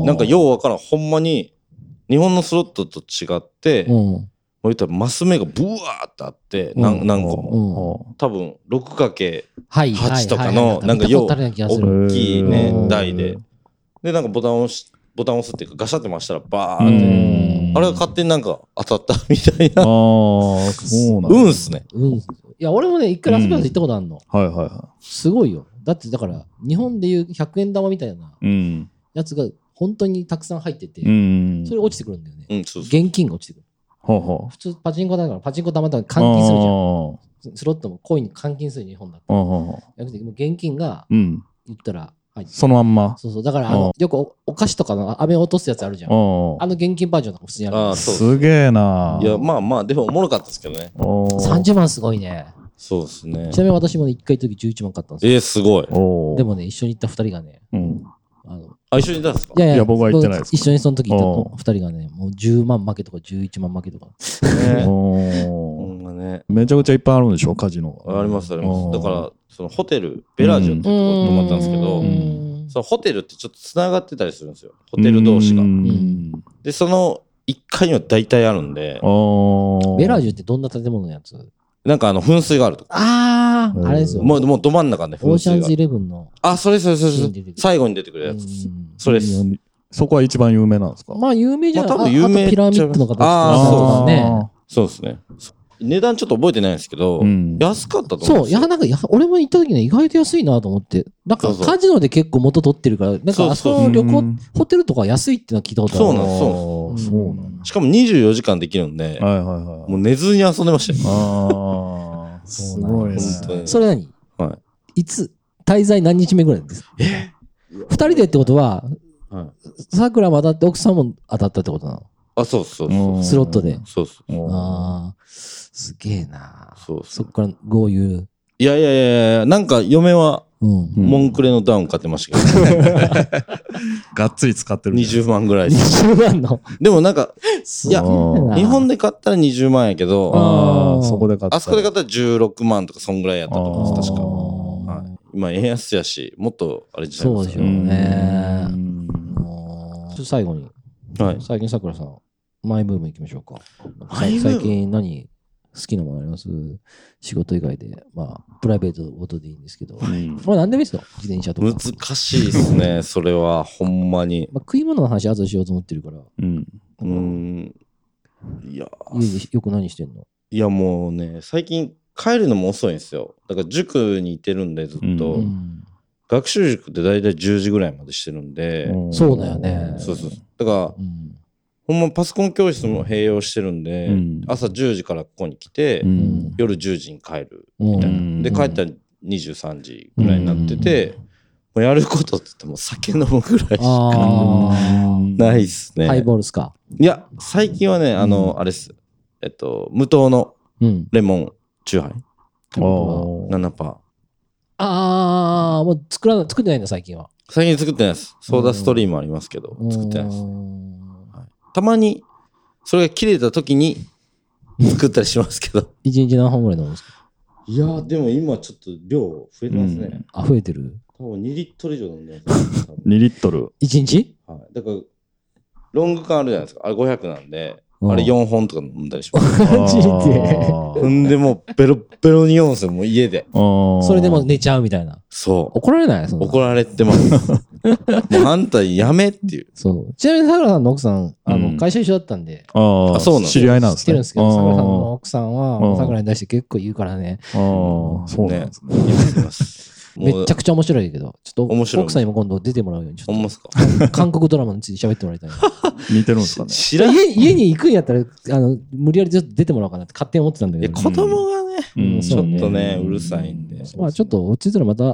Speaker 1: ー
Speaker 2: ー
Speaker 3: なんか、ようわからん、ほんまに、日本のスロットと違って、
Speaker 1: うん。
Speaker 3: もう言ったらマス目がブワーってあって、
Speaker 1: うん
Speaker 3: なん何個も。
Speaker 1: う
Speaker 3: 多分 6×
Speaker 1: はい。
Speaker 3: 八
Speaker 1: はい
Speaker 3: とか
Speaker 1: は
Speaker 3: の
Speaker 1: い
Speaker 3: なんかよう
Speaker 1: 見たことあるような気がする。
Speaker 3: 大きい
Speaker 1: へ
Speaker 3: ね
Speaker 1: ー
Speaker 3: 台ででなんかボタンを押しボタンを押すっていうかガシャって回したらバ
Speaker 2: う
Speaker 3: ーって
Speaker 2: ん
Speaker 3: あれが勝手になんか当たったみたい
Speaker 2: あ
Speaker 3: な
Speaker 2: ーそうなんだ
Speaker 3: 運っすね
Speaker 1: うん。いや、俺もね、一回ラスベガス行ったことあるの。
Speaker 2: はいはいは
Speaker 1: すごいよ。だってだから、日本でいう100円玉みたいな
Speaker 2: うん。
Speaker 1: やつが本当にたくさん入ってて、
Speaker 2: うん。
Speaker 1: それ落ちてくるんだよね。
Speaker 3: うん、そうそう。
Speaker 1: 現金が落ちてくる。
Speaker 2: ほうほう。
Speaker 1: 普通パチンコだから、パチンコ玉だから換金するじゃん。
Speaker 2: ん。
Speaker 1: スロットもコインに換金する日本だった
Speaker 2: ほうほ
Speaker 1: ら。じゃなくてもう現金が
Speaker 2: う。うん。
Speaker 1: 言ったら入ってる
Speaker 2: そのまんま。
Speaker 1: そうそう。だから、あの、よくおお菓子とかの飴落とすやつあるじゃん。
Speaker 2: お
Speaker 1: あの現金バージョンとか普通にある。
Speaker 3: ああ、そう。
Speaker 2: すげえない
Speaker 3: や、まあまあ、でもおもろかったですけどね。
Speaker 2: おー
Speaker 1: 30万すごいね。
Speaker 3: そうですね
Speaker 1: ち。なみに私もね、1回の時11万買ったんですよ。
Speaker 3: えー、すごい。
Speaker 2: おー
Speaker 1: でもね、一緒に行った2人がね、
Speaker 2: うん。
Speaker 1: あの
Speaker 3: あ、一緒にいたんですか
Speaker 1: いやいや
Speaker 2: いや僕は行ってないです
Speaker 1: 一緒にその時行った
Speaker 2: おう
Speaker 1: と2人がね、もう10万負けとか11万負けとか。
Speaker 3: ね。ほ
Speaker 2: おー
Speaker 3: んまね。
Speaker 2: めちゃくちゃいっぱいあるんでしょカジノが。
Speaker 3: ありますあります。
Speaker 2: おー
Speaker 3: だから、そのホテル、ベラージュってところに泊まったんですけど、
Speaker 1: うん
Speaker 3: そのホテルってちょっとつながってたりするんですよ。ホテル同士が
Speaker 2: う。
Speaker 1: ん
Speaker 2: ん。
Speaker 3: で、その1階には大体あるんで、
Speaker 2: おー
Speaker 1: ベラージュってどんな建物のやつ
Speaker 3: なんかあの噴水があるとか。
Speaker 1: あ
Speaker 2: うん
Speaker 1: あ、あれですよ。
Speaker 3: もう、もうど真ん中ね、
Speaker 1: オ
Speaker 3: 噴
Speaker 1: ーシャ
Speaker 3: 水
Speaker 1: ン
Speaker 3: が
Speaker 1: ズイ。レブンの。
Speaker 3: あ、それそれそれそ
Speaker 1: シーン出て
Speaker 3: れ
Speaker 1: く。る
Speaker 3: 最後に出てくるやつ。
Speaker 1: うん
Speaker 3: それです。
Speaker 2: そこは一番有名なんですか
Speaker 1: まあ、有名じゃん。
Speaker 3: まあ多分
Speaker 1: あ
Speaker 3: 有名
Speaker 1: あとピラミッドの形
Speaker 3: あ
Speaker 1: とかね。
Speaker 3: そうですね。値段ちょっと覚えてないんですけど、
Speaker 2: うん
Speaker 3: 安かったと思
Speaker 1: そうう、
Speaker 3: ん
Speaker 1: い
Speaker 3: です
Speaker 1: や、
Speaker 3: よ。
Speaker 1: なんか、いや俺も行った時ね、意外と安いなと思って。なん
Speaker 3: そ
Speaker 1: か、
Speaker 3: うそう
Speaker 1: カジノで結構元取ってるから、なん
Speaker 3: そう
Speaker 1: か、
Speaker 3: そう
Speaker 1: あそこ
Speaker 3: そ
Speaker 1: の旅行、
Speaker 2: ん
Speaker 1: ホテルとか安いってのは聞いたことある。
Speaker 3: そうなんです
Speaker 2: そうなんですそうなん
Speaker 1: ん
Speaker 3: しかも24時間できるんで、
Speaker 2: はいはいはい。
Speaker 3: もう寝ずに遊んでましたよ。
Speaker 2: ああ、すごいね。
Speaker 1: そう
Speaker 3: なんです
Speaker 1: それ何
Speaker 3: はい
Speaker 1: つ、滞在何日目ぐらいですか二人でってことは
Speaker 3: はい、
Speaker 1: さくらも当たって奥さんも当たったってことなの
Speaker 3: あ、そうそうそう。
Speaker 2: うん
Speaker 1: スロットで。
Speaker 3: そうそう。
Speaker 1: ああ、すげえな。
Speaker 3: そうそ
Speaker 1: そうっから豪遊。
Speaker 3: いやいやいやいや、なんか嫁は、
Speaker 1: うん。
Speaker 2: うん
Speaker 3: モンクレのダウン買ってました けど、
Speaker 2: がっつり使ってる。
Speaker 3: 20万ぐらいで。
Speaker 1: 20万の。
Speaker 3: でもなんか、
Speaker 1: す
Speaker 3: いや
Speaker 2: あ
Speaker 3: 日本で買ったら20万やけど、
Speaker 2: あ
Speaker 1: あー
Speaker 2: あ、そこで買った。
Speaker 3: あそこで買っ
Speaker 2: っ
Speaker 3: たら16万とか、そんぐらいやったと思うんです、確か。
Speaker 1: か
Speaker 3: はい、今、円安やし、もっとあれじゃない
Speaker 1: そう
Speaker 3: で
Speaker 1: ですし
Speaker 3: か
Speaker 1: ょう
Speaker 3: ね。
Speaker 1: ね。
Speaker 2: うん
Speaker 1: もうちょっと最後に、
Speaker 3: はい。
Speaker 1: 最近さくらさん、マイブーム行きましょうか。
Speaker 3: マイブーム
Speaker 1: 最近何好きなものあります仕事以外で。まあ、プライベートごとでいいんですけど。まあ、何でもいいですよ。自転車とか。
Speaker 3: 難しいです ね、それは、ほんまに。
Speaker 1: まあ、食い物の話、後でしようと思ってるから。
Speaker 2: うん。
Speaker 3: うーん。いや、
Speaker 1: 家でよく何してんの
Speaker 3: いやもうね、最近帰るのも遅いんですよ。だから塾に行ってるんで、ずっと。
Speaker 2: うん
Speaker 3: 学習塾って大体10時ぐらいまでしてるんで、
Speaker 1: そうだよね
Speaker 3: そうそう。だから、
Speaker 1: うん
Speaker 3: ほんまパソコン教室も併用してるんで、
Speaker 2: うん
Speaker 3: 朝10時からここに来て、
Speaker 2: うん。
Speaker 3: 夜10時に帰る。
Speaker 1: うん
Speaker 2: うん
Speaker 3: で、
Speaker 1: うん
Speaker 3: 帰ったら23時ぐらいになってて、もうやることって言っても酒飲むぐらいしか
Speaker 1: あ
Speaker 3: ないっすね。
Speaker 1: ハイボールっすか。
Speaker 3: いや、最近はね、あの、あれっす。えっと、無糖の
Speaker 1: うん。
Speaker 3: レモンチューハイ
Speaker 2: あー
Speaker 3: 7%。
Speaker 1: ああ、もう作らない、作ってないんだ、最近は。
Speaker 3: 最近作ってないです。ソーダストリームありますけど、作ってないです。たまに、それが切れた時に作ったりしますけど。
Speaker 1: 一日何本ぐらい飲むんですか
Speaker 3: いやー、でも今ちょっと量増えてますね。
Speaker 1: あ、増えてる
Speaker 3: 多分2リットル以上飲んでます、多 分
Speaker 2: 2リットル。
Speaker 1: 一日
Speaker 3: はい。だから、ロング缶あるじゃないですか。あれ500なんで、
Speaker 1: うん
Speaker 3: あれ4本とか飲んだりします。
Speaker 2: マ
Speaker 1: ジで
Speaker 3: ほんでもうベロッベロに酔うんですよ、もう家で。
Speaker 1: そ
Speaker 2: そ
Speaker 1: れでもう寝ちゃうみたいな。
Speaker 3: そう。
Speaker 1: 怒られないそんな
Speaker 3: 怒られてます。もうあんたやめっていう。
Speaker 1: そう。ちなみに、さくらさんの奥さん、あ
Speaker 2: うん
Speaker 1: の、会社一緒だったんで。
Speaker 2: あ
Speaker 3: あ
Speaker 2: あ、
Speaker 3: そうなんだ
Speaker 2: 知り合いなんですね。
Speaker 1: 知ってるんですけど、さくらさんの奥さん
Speaker 2: うん
Speaker 1: は、さくらに対して結構言うからね、
Speaker 2: あーあー、そうなんですね。
Speaker 3: やめてます。
Speaker 1: め
Speaker 3: もう
Speaker 1: っちゃくちゃ面白いけど、ちょっ
Speaker 3: 面白
Speaker 1: と
Speaker 3: い
Speaker 1: 奥さんにも今度出てもらうように、ち
Speaker 3: ほん
Speaker 1: ょ
Speaker 3: ま
Speaker 1: っ
Speaker 3: っすか
Speaker 1: と韓国ドラマについて喋ってもらいたいな。
Speaker 2: 似てるんですかね。
Speaker 3: 知らん。い
Speaker 1: 家家に行くんやったら、あの、無理やりちょっと出てもらおうかなって勝手に思ってたんだけ
Speaker 3: や、
Speaker 1: ど、
Speaker 3: 子供がね、
Speaker 1: うん
Speaker 2: うん
Speaker 3: ち
Speaker 1: そ
Speaker 3: ょ
Speaker 1: う
Speaker 3: っとね、
Speaker 2: うん
Speaker 3: うるさいんで。
Speaker 1: まあちょっと落ち着いたらまた、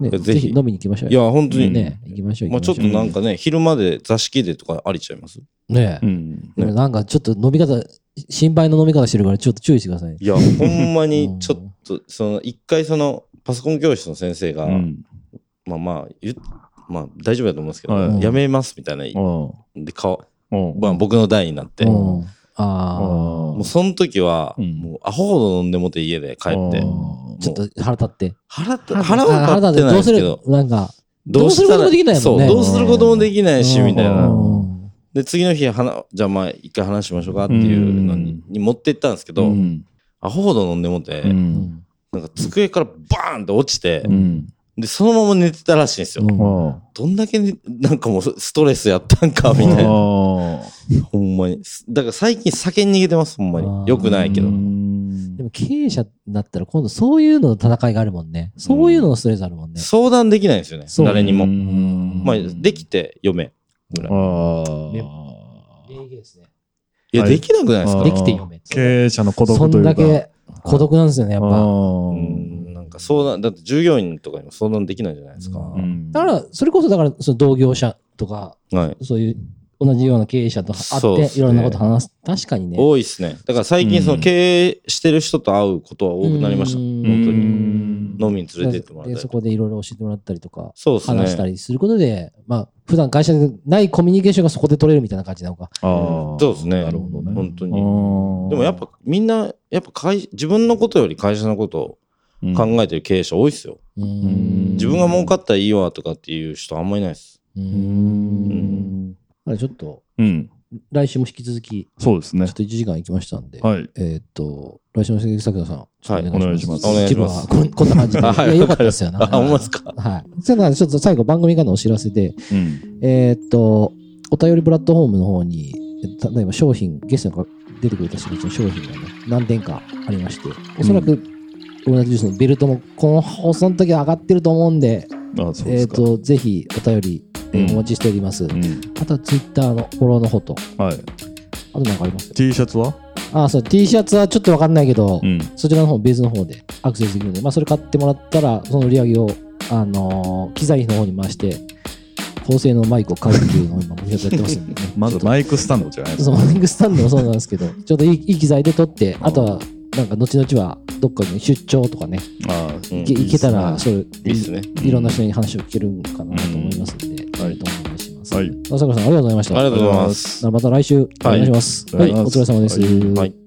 Speaker 1: ね、
Speaker 3: いやぜ
Speaker 1: ぜ
Speaker 3: ひ
Speaker 1: ひ飲みに行きましょう
Speaker 3: い
Speaker 1: よ。
Speaker 3: や、本当に。
Speaker 1: ね、行きましょう。
Speaker 3: まあちょっと
Speaker 1: 行きまし
Speaker 3: なんかね、昼まで座敷でとかありちゃいます
Speaker 1: ょうね
Speaker 2: う、ん。
Speaker 1: でもなんかちょっと飲み方、心配の飲み方してるからちょっと注意してください。
Speaker 3: いや、ほんま
Speaker 1: う
Speaker 3: に
Speaker 1: ん
Speaker 3: ちょっと、その、一回その、パソコン教室の先生が、
Speaker 2: うん
Speaker 3: まあまあ、言っまあ大丈夫だと思うんですけど、
Speaker 2: はい
Speaker 3: やめますみたいな、
Speaker 2: うん
Speaker 3: で顔、
Speaker 2: うん
Speaker 3: まあ、僕の代になって、
Speaker 1: う
Speaker 3: も
Speaker 1: んああ、
Speaker 3: うその時は、
Speaker 2: うん
Speaker 3: もうアホほど飲んでもって家で帰って、
Speaker 2: うん
Speaker 1: ちょっと腹立って。
Speaker 3: 腹立腹は立
Speaker 1: 腹
Speaker 3: ってないですけ
Speaker 1: どう、
Speaker 3: ど
Speaker 1: するなんか、
Speaker 3: どうし
Speaker 1: どうするこ
Speaker 3: た
Speaker 1: と
Speaker 3: ら
Speaker 1: もできないもんね
Speaker 3: そう、どうすることもできないし、
Speaker 1: うん
Speaker 3: みたいうな。
Speaker 1: ん
Speaker 3: で、次の日、話じゃあまあ、一回話しましょうかっていうのに,、
Speaker 2: う
Speaker 3: に持ってったんですけど、
Speaker 2: うん
Speaker 3: アホほど飲んでもって、
Speaker 2: うん
Speaker 3: なんか机からバーンって落ちて、
Speaker 2: うん
Speaker 3: で、そのまま寝てたらしいんですよ。
Speaker 1: うん
Speaker 2: あ
Speaker 3: どんだけ、ね、なんかもうストレスやったんか、みたいな。
Speaker 2: あ
Speaker 3: ほんまに。だから最近酒に逃げてます、ほんま
Speaker 1: あ
Speaker 3: に。
Speaker 1: ー
Speaker 3: よくないけど
Speaker 2: う。んうん
Speaker 1: でも経営者になったら今度そういうのの戦いがあるもんね。そういうののストレスあるもんね。
Speaker 3: 相談できないんですよね
Speaker 1: そう
Speaker 3: 誰に
Speaker 2: う
Speaker 3: も、
Speaker 2: ん
Speaker 3: まあ、できて読めぐらい
Speaker 2: あ
Speaker 1: ね
Speaker 2: あ。
Speaker 1: 名言ですね。
Speaker 3: いや
Speaker 2: はい
Speaker 3: できなくないですか
Speaker 1: できて読め
Speaker 2: 経営者の孤独
Speaker 1: そ
Speaker 2: とい
Speaker 1: んだ
Speaker 2: うか。
Speaker 1: け孤独なんですよね、やっ
Speaker 2: あ
Speaker 1: ぱ。
Speaker 2: ー
Speaker 3: うんなんか相談だって従業員とかにも相談できないじゃないですか、
Speaker 1: う
Speaker 2: うん
Speaker 1: だから、それこそだから、その同業者とか、
Speaker 3: はい
Speaker 1: そういう同じような経営者と
Speaker 3: そう
Speaker 1: 会
Speaker 3: で
Speaker 1: っ
Speaker 3: す
Speaker 1: て、
Speaker 3: ね
Speaker 1: いろんなこと話す。確かにね。
Speaker 3: 多いですねだから最近その経営してる人と会うことは多くなりました、
Speaker 1: うん
Speaker 3: 本当に
Speaker 2: うん
Speaker 3: 飲みに連れてってもらった
Speaker 1: で
Speaker 3: り
Speaker 1: そ
Speaker 3: とか
Speaker 1: こでいろいろ教えてもらったりとか、
Speaker 3: そうですね
Speaker 1: 話したりすることで、まあ、普段会社でないコミュニケーションがそこで取れるみたいな感じなのか。
Speaker 2: あー
Speaker 3: そうですね
Speaker 2: なるほどね。
Speaker 3: 本当に
Speaker 2: に
Speaker 3: でもやっぱみんなやっぱ会自分のことより会社のことを考えてる経営者多いですよ、
Speaker 1: うー
Speaker 2: うん
Speaker 1: ん。
Speaker 3: 自分が儲かったらいいわとかっていう人あんまいないです
Speaker 1: うー。
Speaker 2: うんん。
Speaker 1: あれ、ちょっと、
Speaker 2: うん。
Speaker 1: 来週も引き続き、
Speaker 2: そうですね
Speaker 1: ちょっ。と1時間行きましたんで、
Speaker 2: はい。
Speaker 1: えーっと、来週の関崎田さん、ちょっと
Speaker 2: はい
Speaker 3: お願いします
Speaker 1: 一部はこんこんな感じで。い
Speaker 3: はい
Speaker 1: や、よかったですよ。なかなか
Speaker 3: あほんまですか
Speaker 1: はい。それからちょっと最後、番組からのお知らせで、
Speaker 2: うん。
Speaker 1: えーっと、お便りプラットフォームの方に、え例えば商品、ゲストが出てくれた人たちの商品がね、何点かありまして、おそらく、同じジュースのベルトも、この放送の時は上がってると思うんで、
Speaker 2: あ、そうで
Speaker 1: えー
Speaker 2: す
Speaker 1: っ
Speaker 2: か。
Speaker 1: と、ぜひお便り、えー
Speaker 2: うん
Speaker 1: お待ちしております。
Speaker 2: うん
Speaker 1: あとはツイッターのフォローの方と、
Speaker 2: はい。
Speaker 1: あとなんかあります
Speaker 2: T シャツは
Speaker 1: あ、そう、T シャツはちょっとわかんないけど、
Speaker 2: ん。。
Speaker 1: そちらの方、ベースの方でアクセスできるので、まあ、それ買ってもらったら、その売り上げを、あのー機材費の方に回して、高性能マイクを買うっていうのを今、目標やってますんでね
Speaker 2: まずマイクスタンドじゃないです
Speaker 1: そ
Speaker 2: か
Speaker 1: う。マーニングスタンドもそうなんですけど、ちょうどいいいい機材で撮って、あとは、なんか後々はどっかに出張とかね、
Speaker 2: ああ、
Speaker 3: うん
Speaker 1: 行け行けたら、それ、
Speaker 3: いいっすね
Speaker 1: いろんな人に話を聞けるんかなと思いますんで、
Speaker 2: うん
Speaker 1: はい、お願いします。
Speaker 2: はい
Speaker 1: まさこさん、ありがとうございました。
Speaker 3: あり
Speaker 1: と
Speaker 3: がとうございます
Speaker 1: また来週、お願いします。
Speaker 2: は
Speaker 1: はいい、お疲れ様です。
Speaker 2: はい
Speaker 3: はい